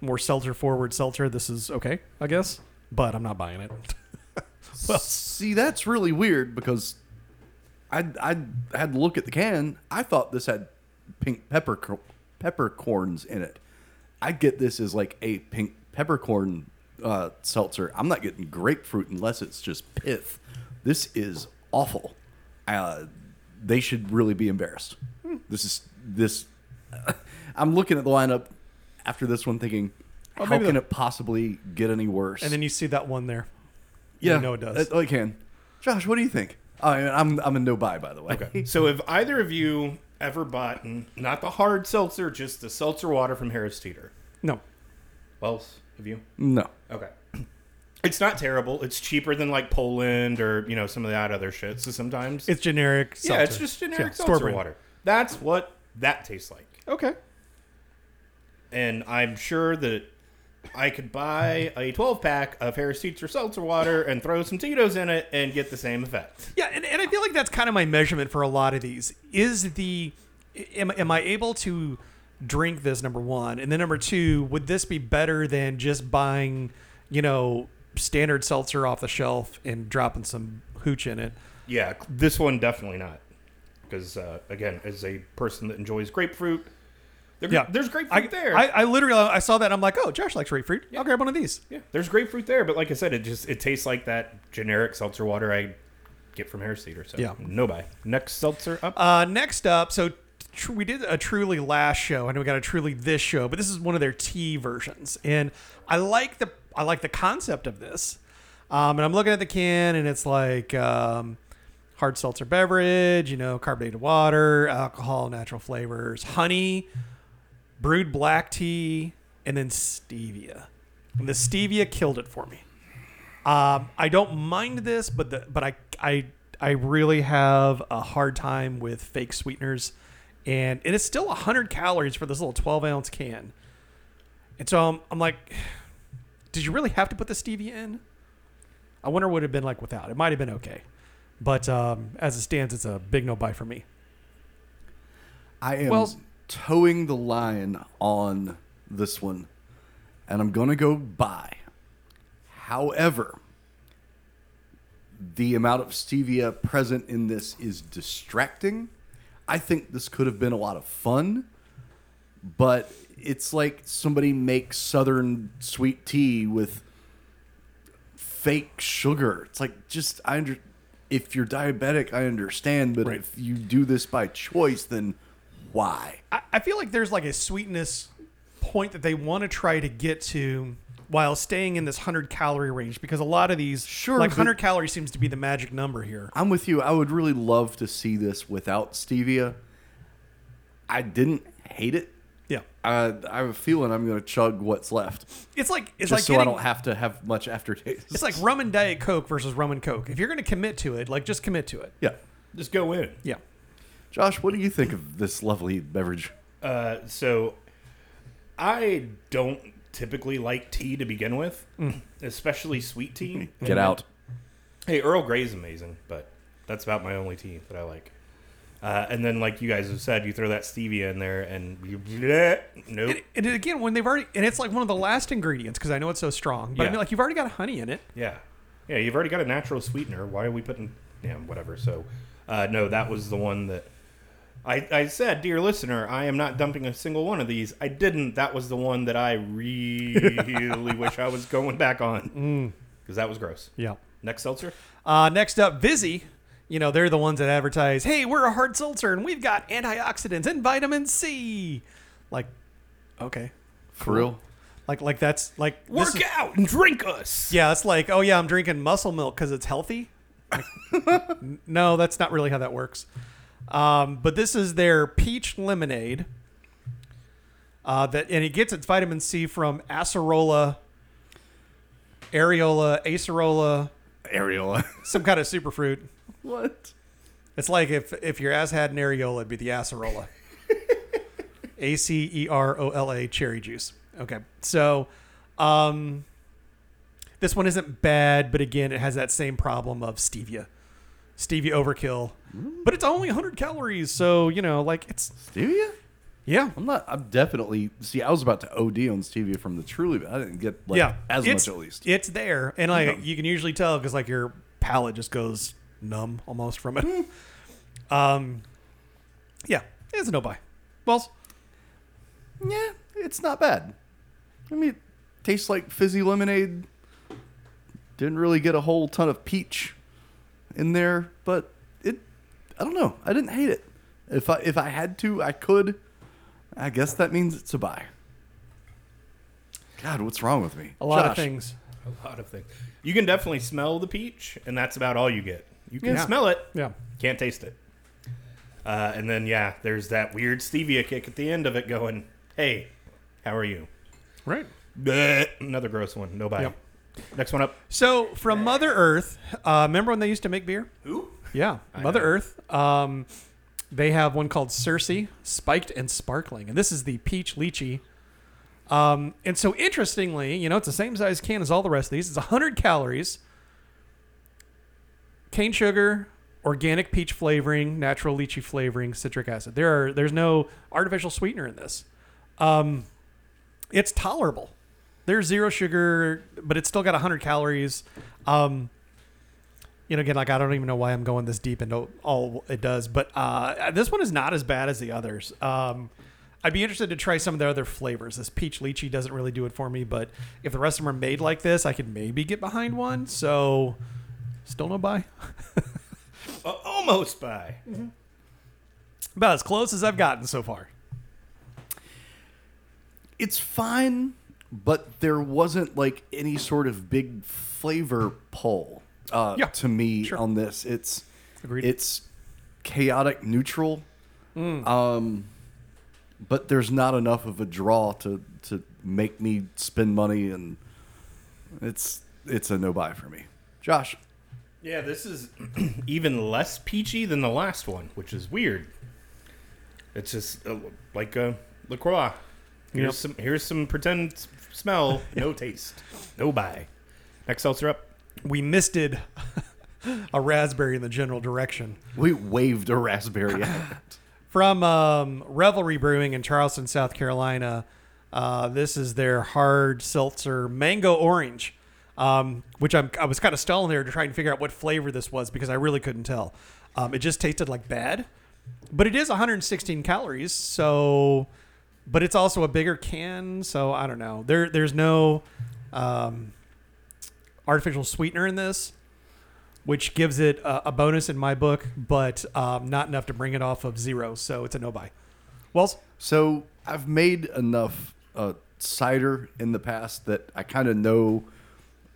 [SPEAKER 2] more seltzer forward seltzer, this is okay, I guess. But I'm not buying it.
[SPEAKER 3] [laughs]
[SPEAKER 2] Well-
[SPEAKER 3] see, that's really weird because I I had to look at the can. I thought this had pink pepper peppercorns in it. I get this as like a pink peppercorn uh, seltzer. I'm not getting grapefruit unless it's just pith. This is awful. Uh, they should really be embarrassed. This is this. [laughs] I'm looking at the lineup after this one, thinking, how
[SPEAKER 2] maybe
[SPEAKER 3] can it possibly get any worse?
[SPEAKER 2] And then you see that one there. You
[SPEAKER 3] Yeah,
[SPEAKER 2] know it does.
[SPEAKER 1] uh,
[SPEAKER 3] I, I can. Josh, what do you think? I I'm I'm a no buy, by the way.
[SPEAKER 1] So, have either of you ever bought n- not the hard seltzer, just the seltzer water from Harris Teeter?
[SPEAKER 2] No.
[SPEAKER 1] Wells, have you?
[SPEAKER 3] [laughs] No,
[SPEAKER 1] Okay. [clears throat] It's not terrible. It's cheaper than like Poland or you know some of that other shit. So sometimes
[SPEAKER 2] It's generic seltzer.
[SPEAKER 1] yeah, it's just generic
[SPEAKER 2] Yeah, store
[SPEAKER 1] seltzer
[SPEAKER 2] brand.
[SPEAKER 1] water. That's what that tastes like.
[SPEAKER 4] Okay.
[SPEAKER 1] And I'm sure that I could buy a 12 pack of Harris Teeter seltzer water and throw some Tito's in it and get the same effect.
[SPEAKER 2] Yeah, and, and I feel like that's kind of my measurement for a lot of these. Is the am, am I able to drink this number one? And then number two, would this be better than just buying, you know, standard seltzer off the shelf and dropping some hooch in it?
[SPEAKER 1] Yeah, this one definitely not. Because, uh, again, as a person that enjoys grapefruit, there-
[SPEAKER 2] Yeah.
[SPEAKER 1] there's grapefruit there.
[SPEAKER 2] I, I literally I saw that and I'm like, oh, Josh likes grapefruit. I'll grab one of these.
[SPEAKER 1] yeah, there's grapefruit there, but like I said, it just it tastes like that generic seltzer water I get from Harris Teeter. So,
[SPEAKER 2] Yeah.
[SPEAKER 1] no buy. Next seltzer up.
[SPEAKER 2] Uh, next up, so tr- we did a truly last show, and we got a truly this show, but this is one of their tea versions, and I like the I like the concept of this. Um, and I'm looking at the can, and it's like um, hard seltzer beverage, you know, carbonated water, alcohol, natural flavors, honey, brewed black tea, and then stevia. And the stevia killed it for me. Um, I don't mind this, but the, but I I I really have a hard time with fake sweeteners, and it is still hundred calories for this little twelve ounce can. And so I'm, I'm like, did you really have to put the stevia in? I wonder what it'd been like without. It might have been okay, but um, as it stands, it's a big no buy for me.
[SPEAKER 3] I am
[SPEAKER 2] Well-
[SPEAKER 3] towing the line on this one, and I'm going to go by. However, the amount of stevia present in this is distracting. I think this could have been a lot of fun, but it's like somebody makes southern sweet tea with fake sugar. It's like just I under if you're diabetic, I understand, but
[SPEAKER 2] Right.
[SPEAKER 3] if you do this by choice, then why?
[SPEAKER 2] I, I feel like there's like a sweetness point that they want to try to get to while staying in this 100 calorie range because a lot of these
[SPEAKER 3] Sure,
[SPEAKER 2] like
[SPEAKER 3] but-
[SPEAKER 2] 100 calories seems to be the magic number here
[SPEAKER 3] I'm with you. I would really love to see this without stevia. I didn't hate it.
[SPEAKER 2] yeah
[SPEAKER 3] I, I have a feeling I'm going to chug what's left,
[SPEAKER 2] it's like it's
[SPEAKER 3] just
[SPEAKER 2] like
[SPEAKER 3] so
[SPEAKER 2] getting,
[SPEAKER 3] I don't have to have much aftertaste.
[SPEAKER 2] it's
[SPEAKER 3] [laughs]
[SPEAKER 2] like rum and diet coke versus rum and coke if you're going to commit to it like just commit to it
[SPEAKER 3] yeah.
[SPEAKER 1] just go in.
[SPEAKER 2] yeah
[SPEAKER 3] Josh, what do you think of this lovely beverage?
[SPEAKER 1] Uh, so I don't typically like tea to begin with,
[SPEAKER 2] Mm.
[SPEAKER 1] especially sweet
[SPEAKER 2] [laughs]
[SPEAKER 1] tea.
[SPEAKER 3] Get out.
[SPEAKER 1] Hey, Earl Grey's amazing, but that's about my only tea that I like. Uh, and then, like you guys have said, you throw that stevia in there, and you [laughs] bleh, nope.
[SPEAKER 2] and, and again when they've already and it's like one of the last ingredients because i know it's so strong but i
[SPEAKER 1] Yeah.
[SPEAKER 2] mean like you've already got honey in it
[SPEAKER 1] Yeah, yeah. You've already got a natural sweetener. Why are we putting damn whatever? So, uh, no, that was the one that I, I said, dear listener, I am not dumping a single one of these. I didn't. That was the one that I really wish I was going back on because that was gross.
[SPEAKER 2] yeah
[SPEAKER 1] Next seltzer.
[SPEAKER 2] Uh, next up, Vizzy. You know, they're the ones that advertise, hey, we're a hard seltzer and we've got antioxidants and vitamin C. Like, okay.
[SPEAKER 3] For real?
[SPEAKER 2] Like, like that's like. this
[SPEAKER 1] Work
[SPEAKER 2] is-
[SPEAKER 1] out and drink us.
[SPEAKER 2] yeah, it's like, oh, yeah, I'm drinking muscle milk because it's healthy.
[SPEAKER 1] [laughs]
[SPEAKER 2] Like, n- no, that's not really how that works. Um, but this is their peach lemonade. Uh, that and it gets its vitamin C from acerola, areola, acerola,
[SPEAKER 3] Areola. [laughs]
[SPEAKER 2] some kind of superfruit.
[SPEAKER 3] what?
[SPEAKER 2] It's like if if your ass had an areola, it'd be the
[SPEAKER 3] [laughs]
[SPEAKER 2] acerola. A C E R O L A cherry juice. Okay, so um, this one isn't bad, but again, it has that same problem of stevia, stevia overkill. But it's only 100 calories, so you know, like it's
[SPEAKER 3] Stevia?
[SPEAKER 2] yeah,
[SPEAKER 3] I'm not. I'm definitely. See, I was about to OD on stevia from the Truly, but I didn't get like
[SPEAKER 2] yeah,
[SPEAKER 3] as
[SPEAKER 2] it's,
[SPEAKER 3] much at least.
[SPEAKER 2] It's there, and like you can usually tell because like your palate just goes numb almost from it. [laughs] um, yeah, it's a no buy. Well,
[SPEAKER 3] Yeah, it's not bad. I mean, it tastes like fizzy lemonade. Didn't really get a whole ton of peach in there, but it. I don't know. I didn't hate it. If I if I had to, I could. I guess that means it's a buy. God, what's wrong with me?
[SPEAKER 2] a lot of
[SPEAKER 3] Josh,
[SPEAKER 2] things.
[SPEAKER 1] A [laughs] lot of things. You can definitely smell the peach, and that's about all you get. You can
[SPEAKER 2] Yeah.
[SPEAKER 1] smell it,
[SPEAKER 2] Yeah.
[SPEAKER 1] can't taste it. Uh, and then, yeah, there's that weird stevia kick at the end of it going, hey, how are you?
[SPEAKER 2] Right.
[SPEAKER 1] Bleh. Another gross one. No buy.
[SPEAKER 2] Yep.
[SPEAKER 1] Next one up.
[SPEAKER 2] So from Mother Earth, uh, remember when they used to make beer?
[SPEAKER 1] Who?
[SPEAKER 2] Yeah, Mother
[SPEAKER 1] know.
[SPEAKER 2] Earth. Um, They have one called Cersei, Spiked and Sparkling, and this is the peach lychee. Um, and so interestingly, you know, it's the same size can as all the rest of these. It's 100 calories. Cane sugar, organic peach flavoring, natural lychee flavoring, citric acid. There are there's no artificial sweetener in this. Um, it's tolerable. There's zero sugar, but it's still got 100 calories. Um, you know, again, like I don't even know why I'm going this deep into all it does, but uh, this one is not as bad as the others. Um, I'd be interested to try some of their other flavors. This peach lychee doesn't really do it for me, but if the rest of them are made like this, I could maybe get behind one. So, still no buy. [laughs]
[SPEAKER 1] Uh, almost by.
[SPEAKER 2] About as close as I've gotten so far.
[SPEAKER 3] It's fine, but there wasn't like any sort of big flavor pull uh,
[SPEAKER 2] Yeah,
[SPEAKER 3] to me
[SPEAKER 2] sure.
[SPEAKER 3] on this. It's
[SPEAKER 2] Agreed.
[SPEAKER 3] it's chaotic neutral,
[SPEAKER 2] Mm.
[SPEAKER 3] um, but there's not enough of a draw to to make me spend money, and it's it's a no buy for me. Josh,
[SPEAKER 1] Yeah, this is [clears throat] even less peachy than the last one, which is weird. It's just uh, like uh, Lacroix. Here's
[SPEAKER 2] Yep.
[SPEAKER 1] some. Here's some pretend s- smell, no taste, no buy. Next seltzer up. [clears throat]
[SPEAKER 2] we misted [laughs] a raspberry in the general direction.
[SPEAKER 3] we waved a
[SPEAKER 2] [laughs]
[SPEAKER 3] raspberry [laughs] at it.
[SPEAKER 2] From um, Revelry Brewing in Charleston, South Carolina, uh, this is their hard seltzer mango orange, um, which I'm, I was kind of stalling there to try and figure out what flavor this was because I really couldn't tell. Um, it just tasted like bad, but it is 116 calories, so. But it's also a bigger can, so I don't know. There, there's no um, artificial sweetener in this, which gives it a, a bonus in my book, but um, not enough to bring it off of zero. So it's a no buy. Wells,
[SPEAKER 3] So I've made enough uh, cider in the past that I kind of know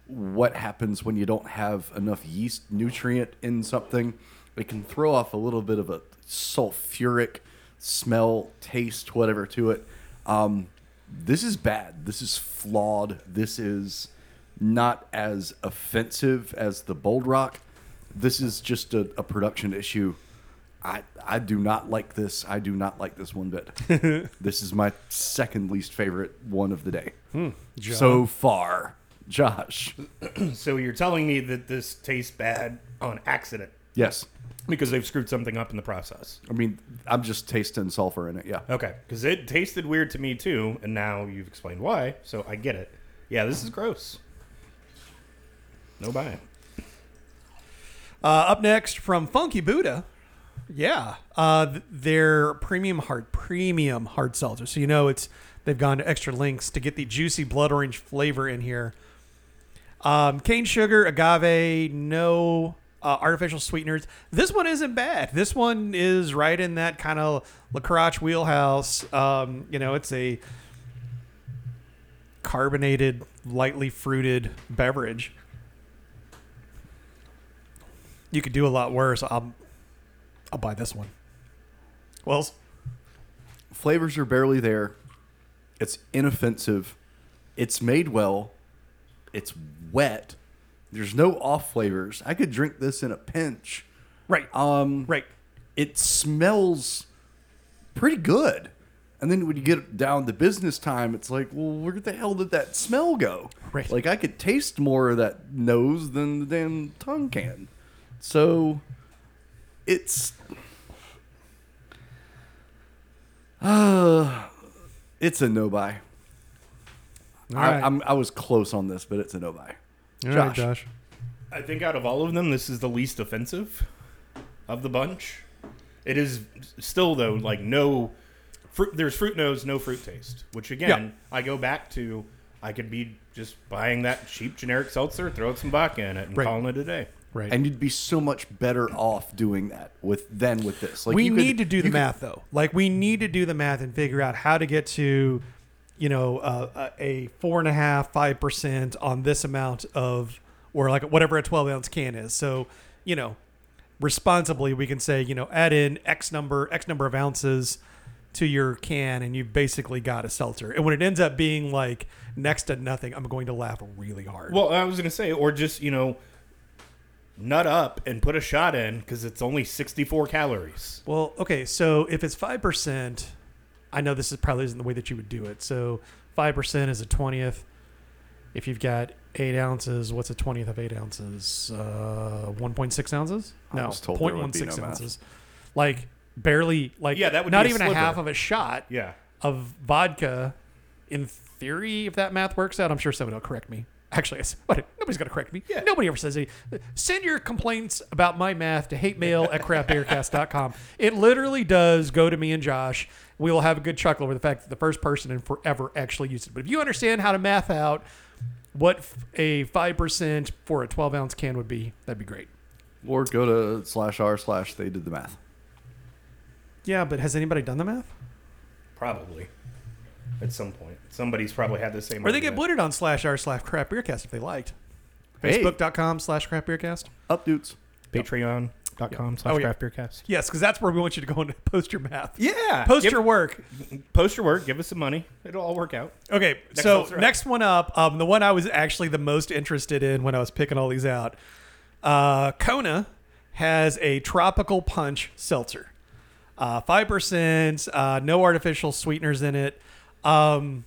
[SPEAKER 3] what happens when you don't have enough yeast nutrient in something. It can throw off a little bit of a sulfuric smell, taste, whatever to it. Um, this is bad. This is flawed. This is not as offensive as the Bold Rock. This is just a, a production issue. I I do not like this. I do not like this one bit. this is my second least favorite one of the day so far. Josh,
[SPEAKER 1] So you're telling me that this tastes bad on accident
[SPEAKER 3] yes.
[SPEAKER 1] because they've screwed something up in the process.
[SPEAKER 3] I mean, I'm just tasting sulfur in it. Yeah.
[SPEAKER 1] Okay, because it tasted weird to me too, and now you've explained why, so I get it. Yeah, this is gross. No buy.
[SPEAKER 2] uh, up next from Funky Buddha. Yeah, uh, th- their premium hard premium hard seltzer. So you know it's they've gone to extra links to get the juicy blood orange flavor in here. Um, cane sugar, agave, no uh, artificial sweeteners. This one isn't bad. This one is right in that kind of lacroche wheelhouse. Um, you know, it's a carbonated, lightly fruited beverage. You could do a lot worse. I'll, I'll buy this one. Wells,
[SPEAKER 3] Flavors are barely there. It's inoffensive. It's made well. It's wet. There's no off flavors. I could drink this in a pinch.
[SPEAKER 2] right,
[SPEAKER 3] Um,
[SPEAKER 2] right.
[SPEAKER 3] it smells pretty good. And then when you get down to business time, it's like, well, where the hell did that smell go?
[SPEAKER 2] Right.
[SPEAKER 3] Like I could taste more of that nose than the damn tongue can. So it's [sighs] uh, it's a no buy.
[SPEAKER 2] All
[SPEAKER 3] I,
[SPEAKER 2] right.
[SPEAKER 3] I'm, I was close on this, but it's a no buy.
[SPEAKER 2] All right,
[SPEAKER 3] Josh.
[SPEAKER 2] Josh.
[SPEAKER 1] I think out of all of them, this is the least offensive of the bunch. It is still though like no fruit. There's fruit nose, no fruit taste. Which again, I go back to. I could be just buying that cheap generic seltzer, throw some vodka in it, and
[SPEAKER 2] Right.
[SPEAKER 1] calling it a day.
[SPEAKER 2] Right.
[SPEAKER 3] And you'd be so much better off doing that with than with this. Like
[SPEAKER 2] we
[SPEAKER 3] you could-
[SPEAKER 2] need to do
[SPEAKER 3] you
[SPEAKER 2] the
[SPEAKER 3] could-
[SPEAKER 2] math though. Like we need to do the math and figure out how to get to, you know, uh, a a four and a half five percent on this amount of or like whatever a twelve ounce can is. So you know, responsibly we can say you know add in x number x number of ounces to your can and you've basically got a seltzer. And when it ends up being like next to nothing, I'm going to laugh really hard.
[SPEAKER 1] Well, I was gonna say, or just you know, nut up and put a shot in because it's only 64 calories.
[SPEAKER 2] Well, okay, so if it's five percent, I know this is probably isn't the way that you would do it. So five percent is a twentieth. If you've got eight ounces, what's a twentieth of eight ounces? Uh, one point six ounces?
[SPEAKER 3] I
[SPEAKER 2] No,
[SPEAKER 3] was told
[SPEAKER 2] 0.16
[SPEAKER 3] there would be no math.
[SPEAKER 2] ounces. Like barely, like
[SPEAKER 1] Yeah, that would
[SPEAKER 2] not
[SPEAKER 1] be a
[SPEAKER 2] even a
[SPEAKER 1] sliver.
[SPEAKER 2] half of a shot
[SPEAKER 1] Yeah.
[SPEAKER 2] of vodka. In theory, if that math works out, I'm sure someone will correct me. Actually, [laughs] it's, what, nobody's going to correct me.
[SPEAKER 1] Yeah.
[SPEAKER 2] Nobody ever says any. Send your complaints about my math to hate mail at craftbeercast.com. [laughs] It literally does go to me and Josh. We will have a good chuckle over the fact that the first person in forever actually used it. But if you understand how to math out what f- a 5% for a 12 ounce can would be, that'd be great.
[SPEAKER 3] Or go to slash r slash they did the math.
[SPEAKER 2] Yeah, but has anybody done the math?
[SPEAKER 1] Probably. At some point. Somebody's probably had the same
[SPEAKER 2] Or they get
[SPEAKER 1] argument.
[SPEAKER 2] blitted on slash r slash craftbeercast if they liked.
[SPEAKER 3] Hey.
[SPEAKER 2] Facebook.com slash craftbeercast.
[SPEAKER 3] Up dudes.
[SPEAKER 1] Patreon.com
[SPEAKER 2] slash
[SPEAKER 1] slash
[SPEAKER 2] Oh, yeah.
[SPEAKER 1] craftbeercast.
[SPEAKER 2] Yes, because that's where we want you to go and [laughs] post your math.
[SPEAKER 1] Yeah.
[SPEAKER 2] Post
[SPEAKER 1] Give-
[SPEAKER 2] your work.
[SPEAKER 1] post your work. Give us some money. It'll all work out.
[SPEAKER 2] Okay,
[SPEAKER 1] Next
[SPEAKER 2] so
[SPEAKER 1] one's right.
[SPEAKER 2] next one up, um, the one I was actually the most interested in when I was picking all these out. Uh, Kona has a tropical punch seltzer, five percent, uh, no artificial sweeteners in it, um,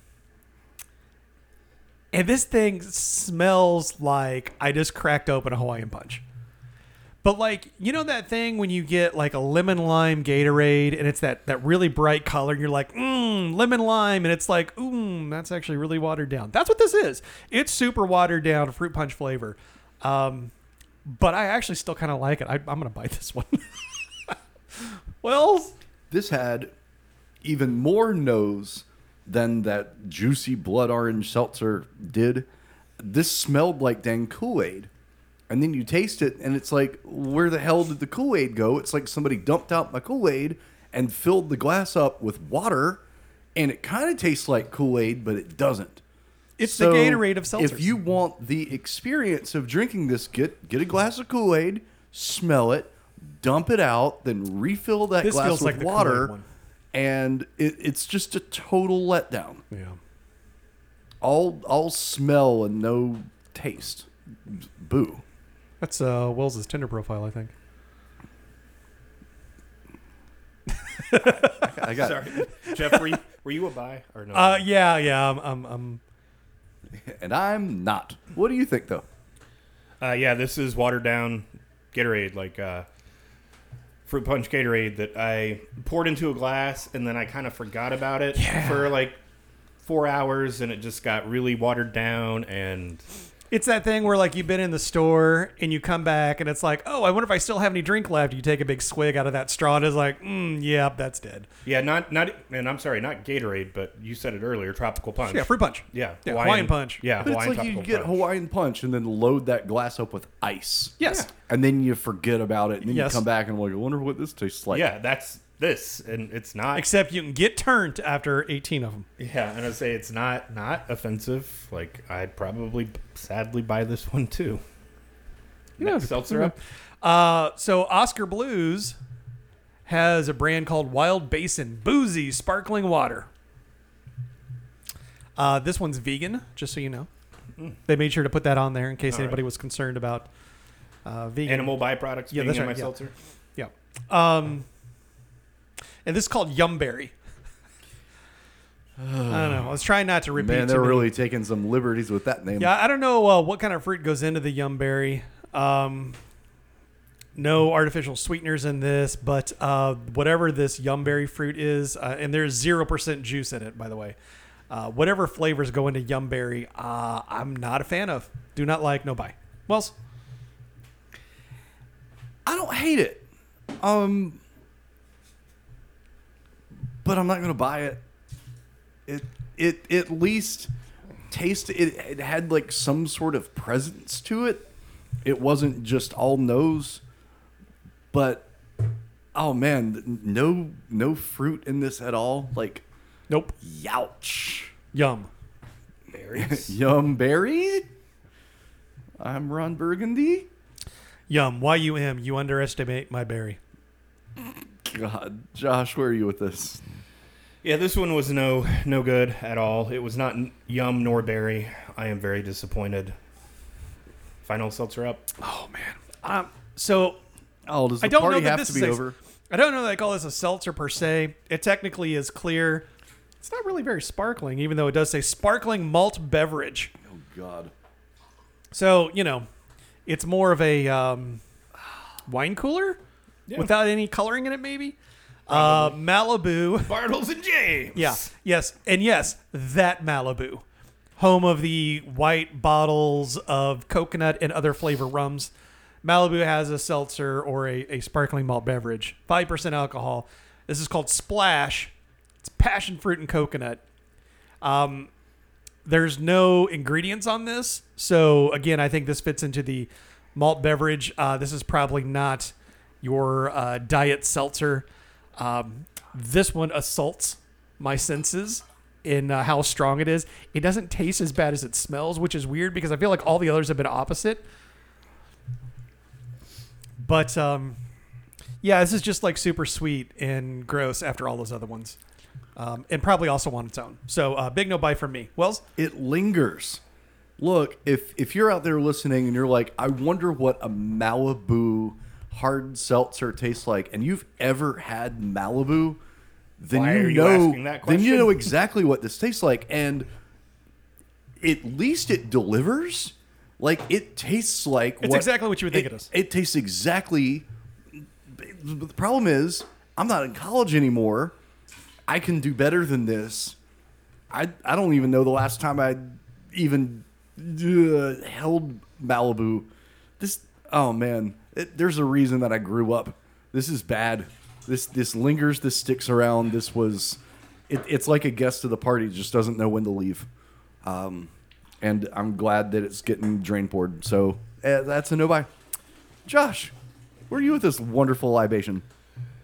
[SPEAKER 2] and this thing smells like I just cracked open a Hawaiian punch. But like you know that thing when you get like a lemon lime Gatorade and it's that that really bright color and you're like mmm lemon lime and it's like mmm that's actually really watered down. That's what this is. It's super watered down fruit punch flavor, um, but I actually still kind of like it. I, I'm gonna buy [laughs] this one. well,
[SPEAKER 3] This had even more nose than that juicy blood orange seltzer did. This smelled like dang Kool Aid. And then you taste it, and it's like, where the hell did the Kool Aid go? It's like somebody dumped out my Kool Aid and filled the glass up with water, and it kind of tastes like Kool Aid, but it doesn't.
[SPEAKER 2] It's the Gatorade of seltzers.
[SPEAKER 3] If you want the experience of drinking this, get get a glass of Kool Aid, smell it, dump it out, then refill that
[SPEAKER 2] This
[SPEAKER 3] glass
[SPEAKER 2] feels
[SPEAKER 3] with
[SPEAKER 2] like the Kool-Aid
[SPEAKER 3] water,
[SPEAKER 2] one.
[SPEAKER 3] and it, it's just a total letdown.
[SPEAKER 2] yeah.
[SPEAKER 3] All all smell and no taste. Boo.
[SPEAKER 2] That's uh, Wells's Tinder profile, I think.
[SPEAKER 3] I got
[SPEAKER 1] Sorry. [laughs] Jeffrey, were you a buy or no?
[SPEAKER 2] Uh, yeah, yeah. I'm, I'm, I'm
[SPEAKER 3] and I'm not. What do you think though?
[SPEAKER 1] Uh, yeah, this is watered down Gatorade, like uh, fruit punch Gatorade that I poured into a glass and then I kind of forgot about it for like four hours and it just got really watered down and
[SPEAKER 2] It's that thing where like you've been in the store and you come back and it's like, oh, I wonder if I still have any drink left. You take a big swig out of that straw and it's like, mm, yeah, that's dead.
[SPEAKER 1] yeah, not not and I'm sorry, not Gatorade, but you said it earlier, tropical punch.
[SPEAKER 2] Yeah, fruit punch.
[SPEAKER 1] yeah,
[SPEAKER 2] Yeah, Hawaiian punch.
[SPEAKER 1] Yeah,
[SPEAKER 3] But it's like you
[SPEAKER 1] tropical
[SPEAKER 3] get
[SPEAKER 1] punch.
[SPEAKER 3] Hawaiian punch and then load that glass up with ice.
[SPEAKER 2] Yes. Yeah.
[SPEAKER 3] And then you forget about it, and then
[SPEAKER 2] Yes.
[SPEAKER 3] you come back and like, I wonder what this tastes like.
[SPEAKER 1] Yeah, that's this, and it's not.
[SPEAKER 2] Except you can get turned after 18 of them.
[SPEAKER 1] yeah, and I say it's not not offensive. Like I'd probably sadly buy this one too.
[SPEAKER 2] Yeah.
[SPEAKER 1] Next seltzer up.
[SPEAKER 2] Uh, so Oscar Blues has a brand called Wild Basin Boozy Sparkling Water. Uh, this one's vegan, just so you know. They made sure to put that on there in
[SPEAKER 1] Hmm.
[SPEAKER 2] case
[SPEAKER 1] All right.
[SPEAKER 2] anybody was concerned about uh, vegan
[SPEAKER 1] animal byproducts
[SPEAKER 2] Yeah,
[SPEAKER 1] being
[SPEAKER 2] that's
[SPEAKER 1] in
[SPEAKER 2] right,
[SPEAKER 1] my
[SPEAKER 2] yeah.
[SPEAKER 1] seltzer.
[SPEAKER 2] Yeah. Um, and this is called Yumberry. [sighs] I don't know. I was trying not to repeat.
[SPEAKER 3] Man,
[SPEAKER 2] too
[SPEAKER 3] they're
[SPEAKER 2] many-
[SPEAKER 3] really taking some liberties with that name.
[SPEAKER 2] Yeah, I don't know uh, what kind of fruit goes into the Yumberry. Um, no artificial sweeteners in this, but uh, whatever this Yumberry fruit is, uh, and there's zero percent juice in it, by the way. Uh, whatever flavors go into Yumberry, uh, I'm not a fan of. Do not like. No buy. Wells.
[SPEAKER 3] I don't hate it. Um but I'm not going to buy it. It it at least taste it it had like some sort of presence to it. It wasn't just all nose, but oh man, th- no no fruit in this at all. Like
[SPEAKER 2] Nope.
[SPEAKER 3] youch.
[SPEAKER 2] Yum.
[SPEAKER 1] Berries.
[SPEAKER 3] [laughs] Yum berry. I'm Ron Burgundy.
[SPEAKER 2] Yum. Y U M. You underestimate my berry.
[SPEAKER 3] God, Josh, where are you with this?
[SPEAKER 1] yeah, this one was no no good at all. It was not n- yum nor berry. I am very disappointed. Final seltzer up.
[SPEAKER 3] Oh man.
[SPEAKER 2] Um, so
[SPEAKER 3] Oh, does the
[SPEAKER 2] I don't
[SPEAKER 3] party
[SPEAKER 2] know that
[SPEAKER 3] have
[SPEAKER 2] this
[SPEAKER 3] to
[SPEAKER 2] is
[SPEAKER 3] be
[SPEAKER 2] a-
[SPEAKER 3] over?
[SPEAKER 2] I don't know that I call this a seltzer per se. It technically is clear. It's not really very sparkling, even though it does say sparkling malt beverage.
[SPEAKER 3] Oh God.
[SPEAKER 2] So you know, it's more of a um, wine cooler
[SPEAKER 1] Yeah.
[SPEAKER 2] without any coloring in it, maybe. Uh, Malibu.
[SPEAKER 1] Bartles and James.
[SPEAKER 2] Yeah. Yes. And yes, that Malibu, home of the white bottles of coconut and other flavor rums. Malibu has a seltzer or a, a sparkling malt beverage, 5% alcohol. This is called Splash. It's passion fruit and coconut. Um, there's no ingredients on this. So, again, I think this fits into the malt beverage. Uh, this is probably not your uh, diet seltzer. Um, this one assaults my senses in uh, how strong it is. It doesn't taste as bad as it smells, which is weird because I feel like all the others have been opposite. But um, yeah, this is just like super sweet and gross after all those other ones. Um, and probably also on its own. So uh, big no buy from me. Wells,
[SPEAKER 3] It lingers. Look, if if you're out there listening and you're like, I wonder what a Malibu hard seltzer tastes like, and you've ever had Malibu, then
[SPEAKER 1] Why
[SPEAKER 3] you
[SPEAKER 1] are you
[SPEAKER 3] know
[SPEAKER 1] asking that
[SPEAKER 3] then you
[SPEAKER 1] question?
[SPEAKER 3] know exactly what this tastes like, and at least it delivers. Like it tastes like
[SPEAKER 2] It's exactly what you would think it is.
[SPEAKER 3] It tastes exactly but the problem is I'm not in college anymore. I can do better than this. I I don't even know the last time I even uh, held Malibu. This oh man, it, there's a reason that I grew up. This is bad. This this lingers. This sticks around. This was. It, it's like a guest to the party just doesn't know when to leave. Um, and I'm glad that it's getting drain poured. So eh, that's a no buy. Josh, where are you with this wonderful libation?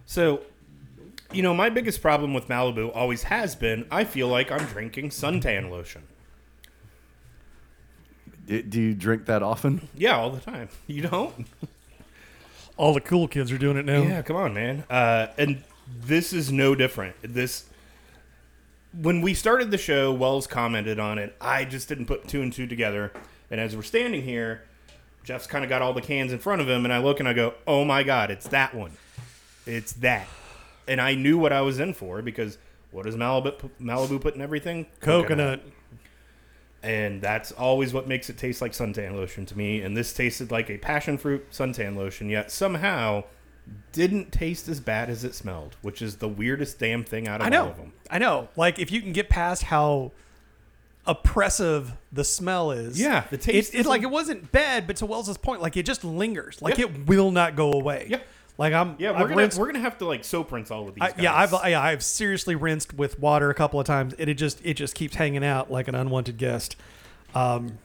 [SPEAKER 1] So, you know, my biggest problem with Malibu always has been I feel like I'm drinking suntan lotion.
[SPEAKER 3] Do, do you drink that often?
[SPEAKER 1] Yeah, all the time. [laughs] You don't?
[SPEAKER 2] all the cool kids are doing it now.
[SPEAKER 1] Yeah, come on, man. Uh, and this is no different. This. When we started the show, Wells commented on it. I just didn't put two and two together. And as we're standing here, Jeff's kind of got all the cans in front of him, and I look and I go, "Oh my god, it's that one, it's that." And I knew what I was in for because what does Malibu Malibu put in everything?
[SPEAKER 2] Coconut.
[SPEAKER 1] and that's always what makes it taste like suntan lotion to me. And this tasted like a passion fruit suntan lotion, yet somehow didn't taste as bad as it smelled, which is the weirdest damn thing out of
[SPEAKER 2] I
[SPEAKER 1] all
[SPEAKER 2] know.
[SPEAKER 1] of them.
[SPEAKER 2] I know. Like if you can get past how oppressive the smell is.
[SPEAKER 1] Yeah, the taste
[SPEAKER 2] It, it
[SPEAKER 1] isn't-
[SPEAKER 2] like it wasn't bad, but to Wells's point, like it just lingers. Like
[SPEAKER 1] Yeah.
[SPEAKER 2] it will not go away.
[SPEAKER 1] Yeah.
[SPEAKER 2] Like I'm.
[SPEAKER 1] Yeah,
[SPEAKER 2] I've
[SPEAKER 1] we're gonna
[SPEAKER 2] rinsed-
[SPEAKER 1] we're gonna have to like soap rinse all of these.
[SPEAKER 2] I, yeah,
[SPEAKER 1] guys.
[SPEAKER 2] I've yeah, I've seriously rinsed with water a couple of times, and it just it just keeps hanging out like an unwanted guest. Um,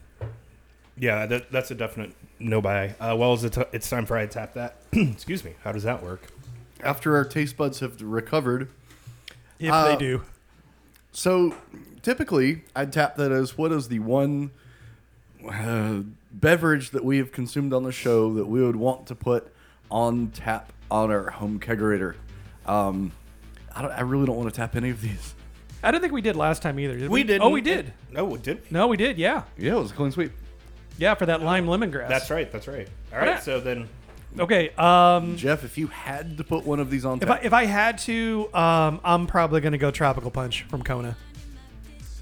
[SPEAKER 1] yeah, that, that's a definite no buy. Uh, well, it's, it's time for I to tap that. [clears throat] Excuse me. How does that work?
[SPEAKER 3] After our taste buds have recovered,
[SPEAKER 2] if
[SPEAKER 3] Uh,
[SPEAKER 2] they do,
[SPEAKER 3] so typically I'd tap that as what is the one uh, beverage that we have consumed on the show that we would want to put on tap on our home kegerator. Um, I, don't, I really don't want to tap any of these.
[SPEAKER 2] I don't think we did last time either. Did we,
[SPEAKER 1] We did.
[SPEAKER 2] Oh, we did.
[SPEAKER 1] No, we did.
[SPEAKER 2] No, we did. Yeah,
[SPEAKER 3] Yeah, it was a clean sweep.
[SPEAKER 2] yeah, for that lime lemongrass.
[SPEAKER 1] That's right. That's right. All right.
[SPEAKER 2] Yeah.
[SPEAKER 1] So then,
[SPEAKER 2] Okay. Um,
[SPEAKER 3] Jeff, if you had to put one of these on
[SPEAKER 2] If I,
[SPEAKER 3] tap,
[SPEAKER 2] if I had to, um, I'm probably gonna go Tropical Punch from Kona.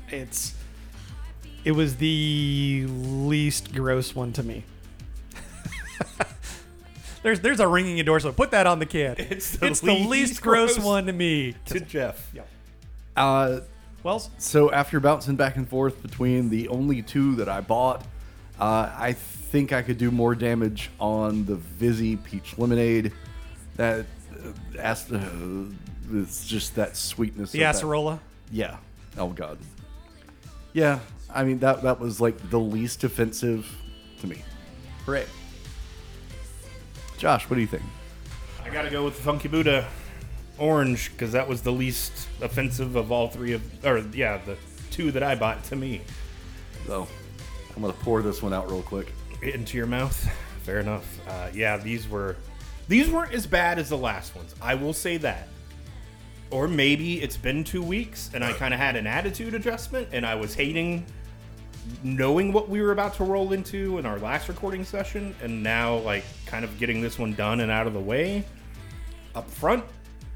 [SPEAKER 2] It's it was the least gross one to me. [laughs] there's there's a ringing endorsement. Put that on the [laughs] can.
[SPEAKER 1] It's the
[SPEAKER 2] least,
[SPEAKER 1] least
[SPEAKER 2] gross,
[SPEAKER 1] gross.
[SPEAKER 2] one to me.
[SPEAKER 1] to Jeff.
[SPEAKER 3] uh,
[SPEAKER 2] Wells,
[SPEAKER 3] So after bouncing back and forth between the only two that I bought, uh, I think I could do more damage on the Vizzy Peach Lemonade. That uh, as, uh, it's just that sweetness.
[SPEAKER 2] the
[SPEAKER 3] of that-
[SPEAKER 2] Acerola.
[SPEAKER 3] Yeah. Oh God. Yeah. I mean that that was like the least offensive to me. Hooray. Josh, what do you think?
[SPEAKER 1] I gotta go with the Funky Buddha orange because that was the least offensive of all three of, or yeah, the two that I bought to me
[SPEAKER 3] So Oh, I'm gonna pour this one out real quick.
[SPEAKER 1] into your mouth. Fair enough. Uh, yeah, these were these weren't as bad as the last ones. I will say that. Or maybe it's been two weeks and I kind of had an attitude adjustment and I was hating knowing what we were about to roll into in our last recording session and now like kind of getting this one done and out of the way up front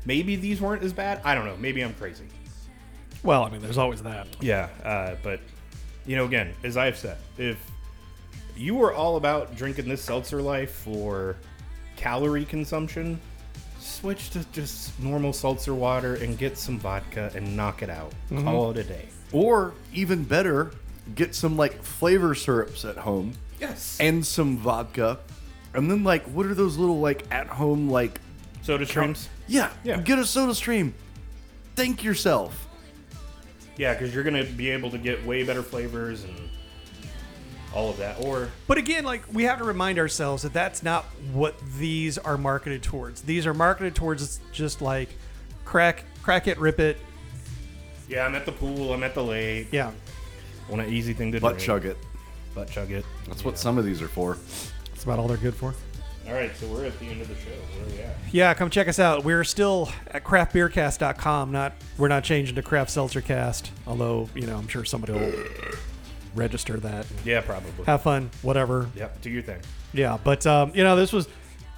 [SPEAKER 1] maybe these weren't as bad i don't know maybe i'm crazy
[SPEAKER 2] Well, I mean, there's always that.
[SPEAKER 1] yeah uh, but you know again as i've said if you were all about drinking this seltzer life for calorie consumption switch to just normal seltzer water and get some vodka and knock it out
[SPEAKER 3] Mm-hmm.
[SPEAKER 1] call it a day
[SPEAKER 3] Or even better, get some like flavor syrups at home
[SPEAKER 1] yes and
[SPEAKER 3] and some vodka. And then like what are those little like at home like
[SPEAKER 1] soda streams
[SPEAKER 3] yeah,
[SPEAKER 1] Yeah.
[SPEAKER 3] get a soda stream. Thank yourself.
[SPEAKER 1] Yeah, because you're gonna be able to get way better flavors and all of that. Or
[SPEAKER 2] But again, like we have to remind ourselves that that's not what these are marketed towards. These are marketed towards just like crack, crack it, rip it.
[SPEAKER 1] yeah, I'm at the pool. I'm at the lake.
[SPEAKER 2] Yeah.
[SPEAKER 1] Want an easy thing to
[SPEAKER 3] Butt
[SPEAKER 1] drink.
[SPEAKER 3] chug it.
[SPEAKER 1] Butt chug it.
[SPEAKER 3] That's what some of these are for.
[SPEAKER 2] That's about all they're good for.
[SPEAKER 1] All right, so we're at the end of the show. Where are we at?
[SPEAKER 2] Yeah, come check us out. We're still at craftbeercast.com. Not we're not changing to craft seltzer cast, although, you know, I'm sure somebody will register that.
[SPEAKER 1] Yeah, probably.
[SPEAKER 2] Have fun, whatever.
[SPEAKER 1] Yep, do your thing.
[SPEAKER 2] Yeah, but um, you know, this was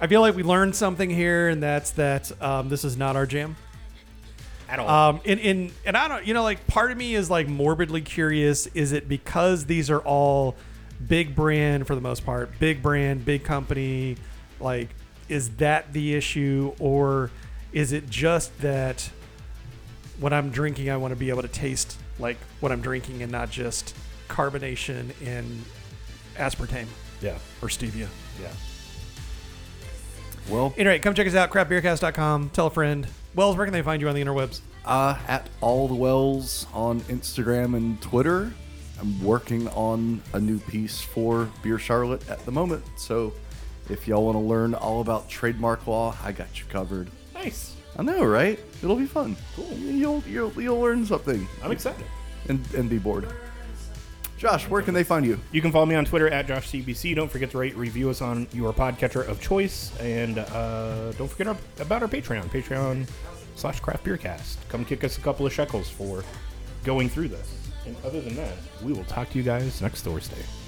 [SPEAKER 2] I feel like we learned something here and that's that um, this is not our jam.
[SPEAKER 1] At all.
[SPEAKER 2] Um, and, and and I don't, you know, like part of me is like morbidly curious. Is it because these are all big brand for the most part, big brand, big company? Like, is that the issue, or is it just that when I'm drinking, I want to be able to taste like what I'm drinking and not just carbonation and aspartame
[SPEAKER 1] yeah,
[SPEAKER 2] or stevia?
[SPEAKER 1] yeah.
[SPEAKER 3] Well,
[SPEAKER 2] Anyway, come check us out, crapbeercast.com. Tell a friend. Wells, where can they find you on the interwebs?
[SPEAKER 3] uh, at all the wells on Instagram and Twitter. I'm working on a new piece for Beer Charlotte at the moment, so if y'all want to learn all about trademark law, I got you covered.
[SPEAKER 1] Nice.
[SPEAKER 3] I know, right? It'll be fun. Cool. You'll you'll, you'll learn something
[SPEAKER 1] I'm excited.
[SPEAKER 3] and and be bored. Josh, where can they find you?
[SPEAKER 1] You can follow me on Twitter at JoshCBC. Don't forget to rate, review us on your podcatcher of choice, and uh, don't forget our, about our Patreon, Patreon slash Craft Beer Cast. Come kick us a couple of shekels for going through this. And other than that, we will talk to you guys next Thursday.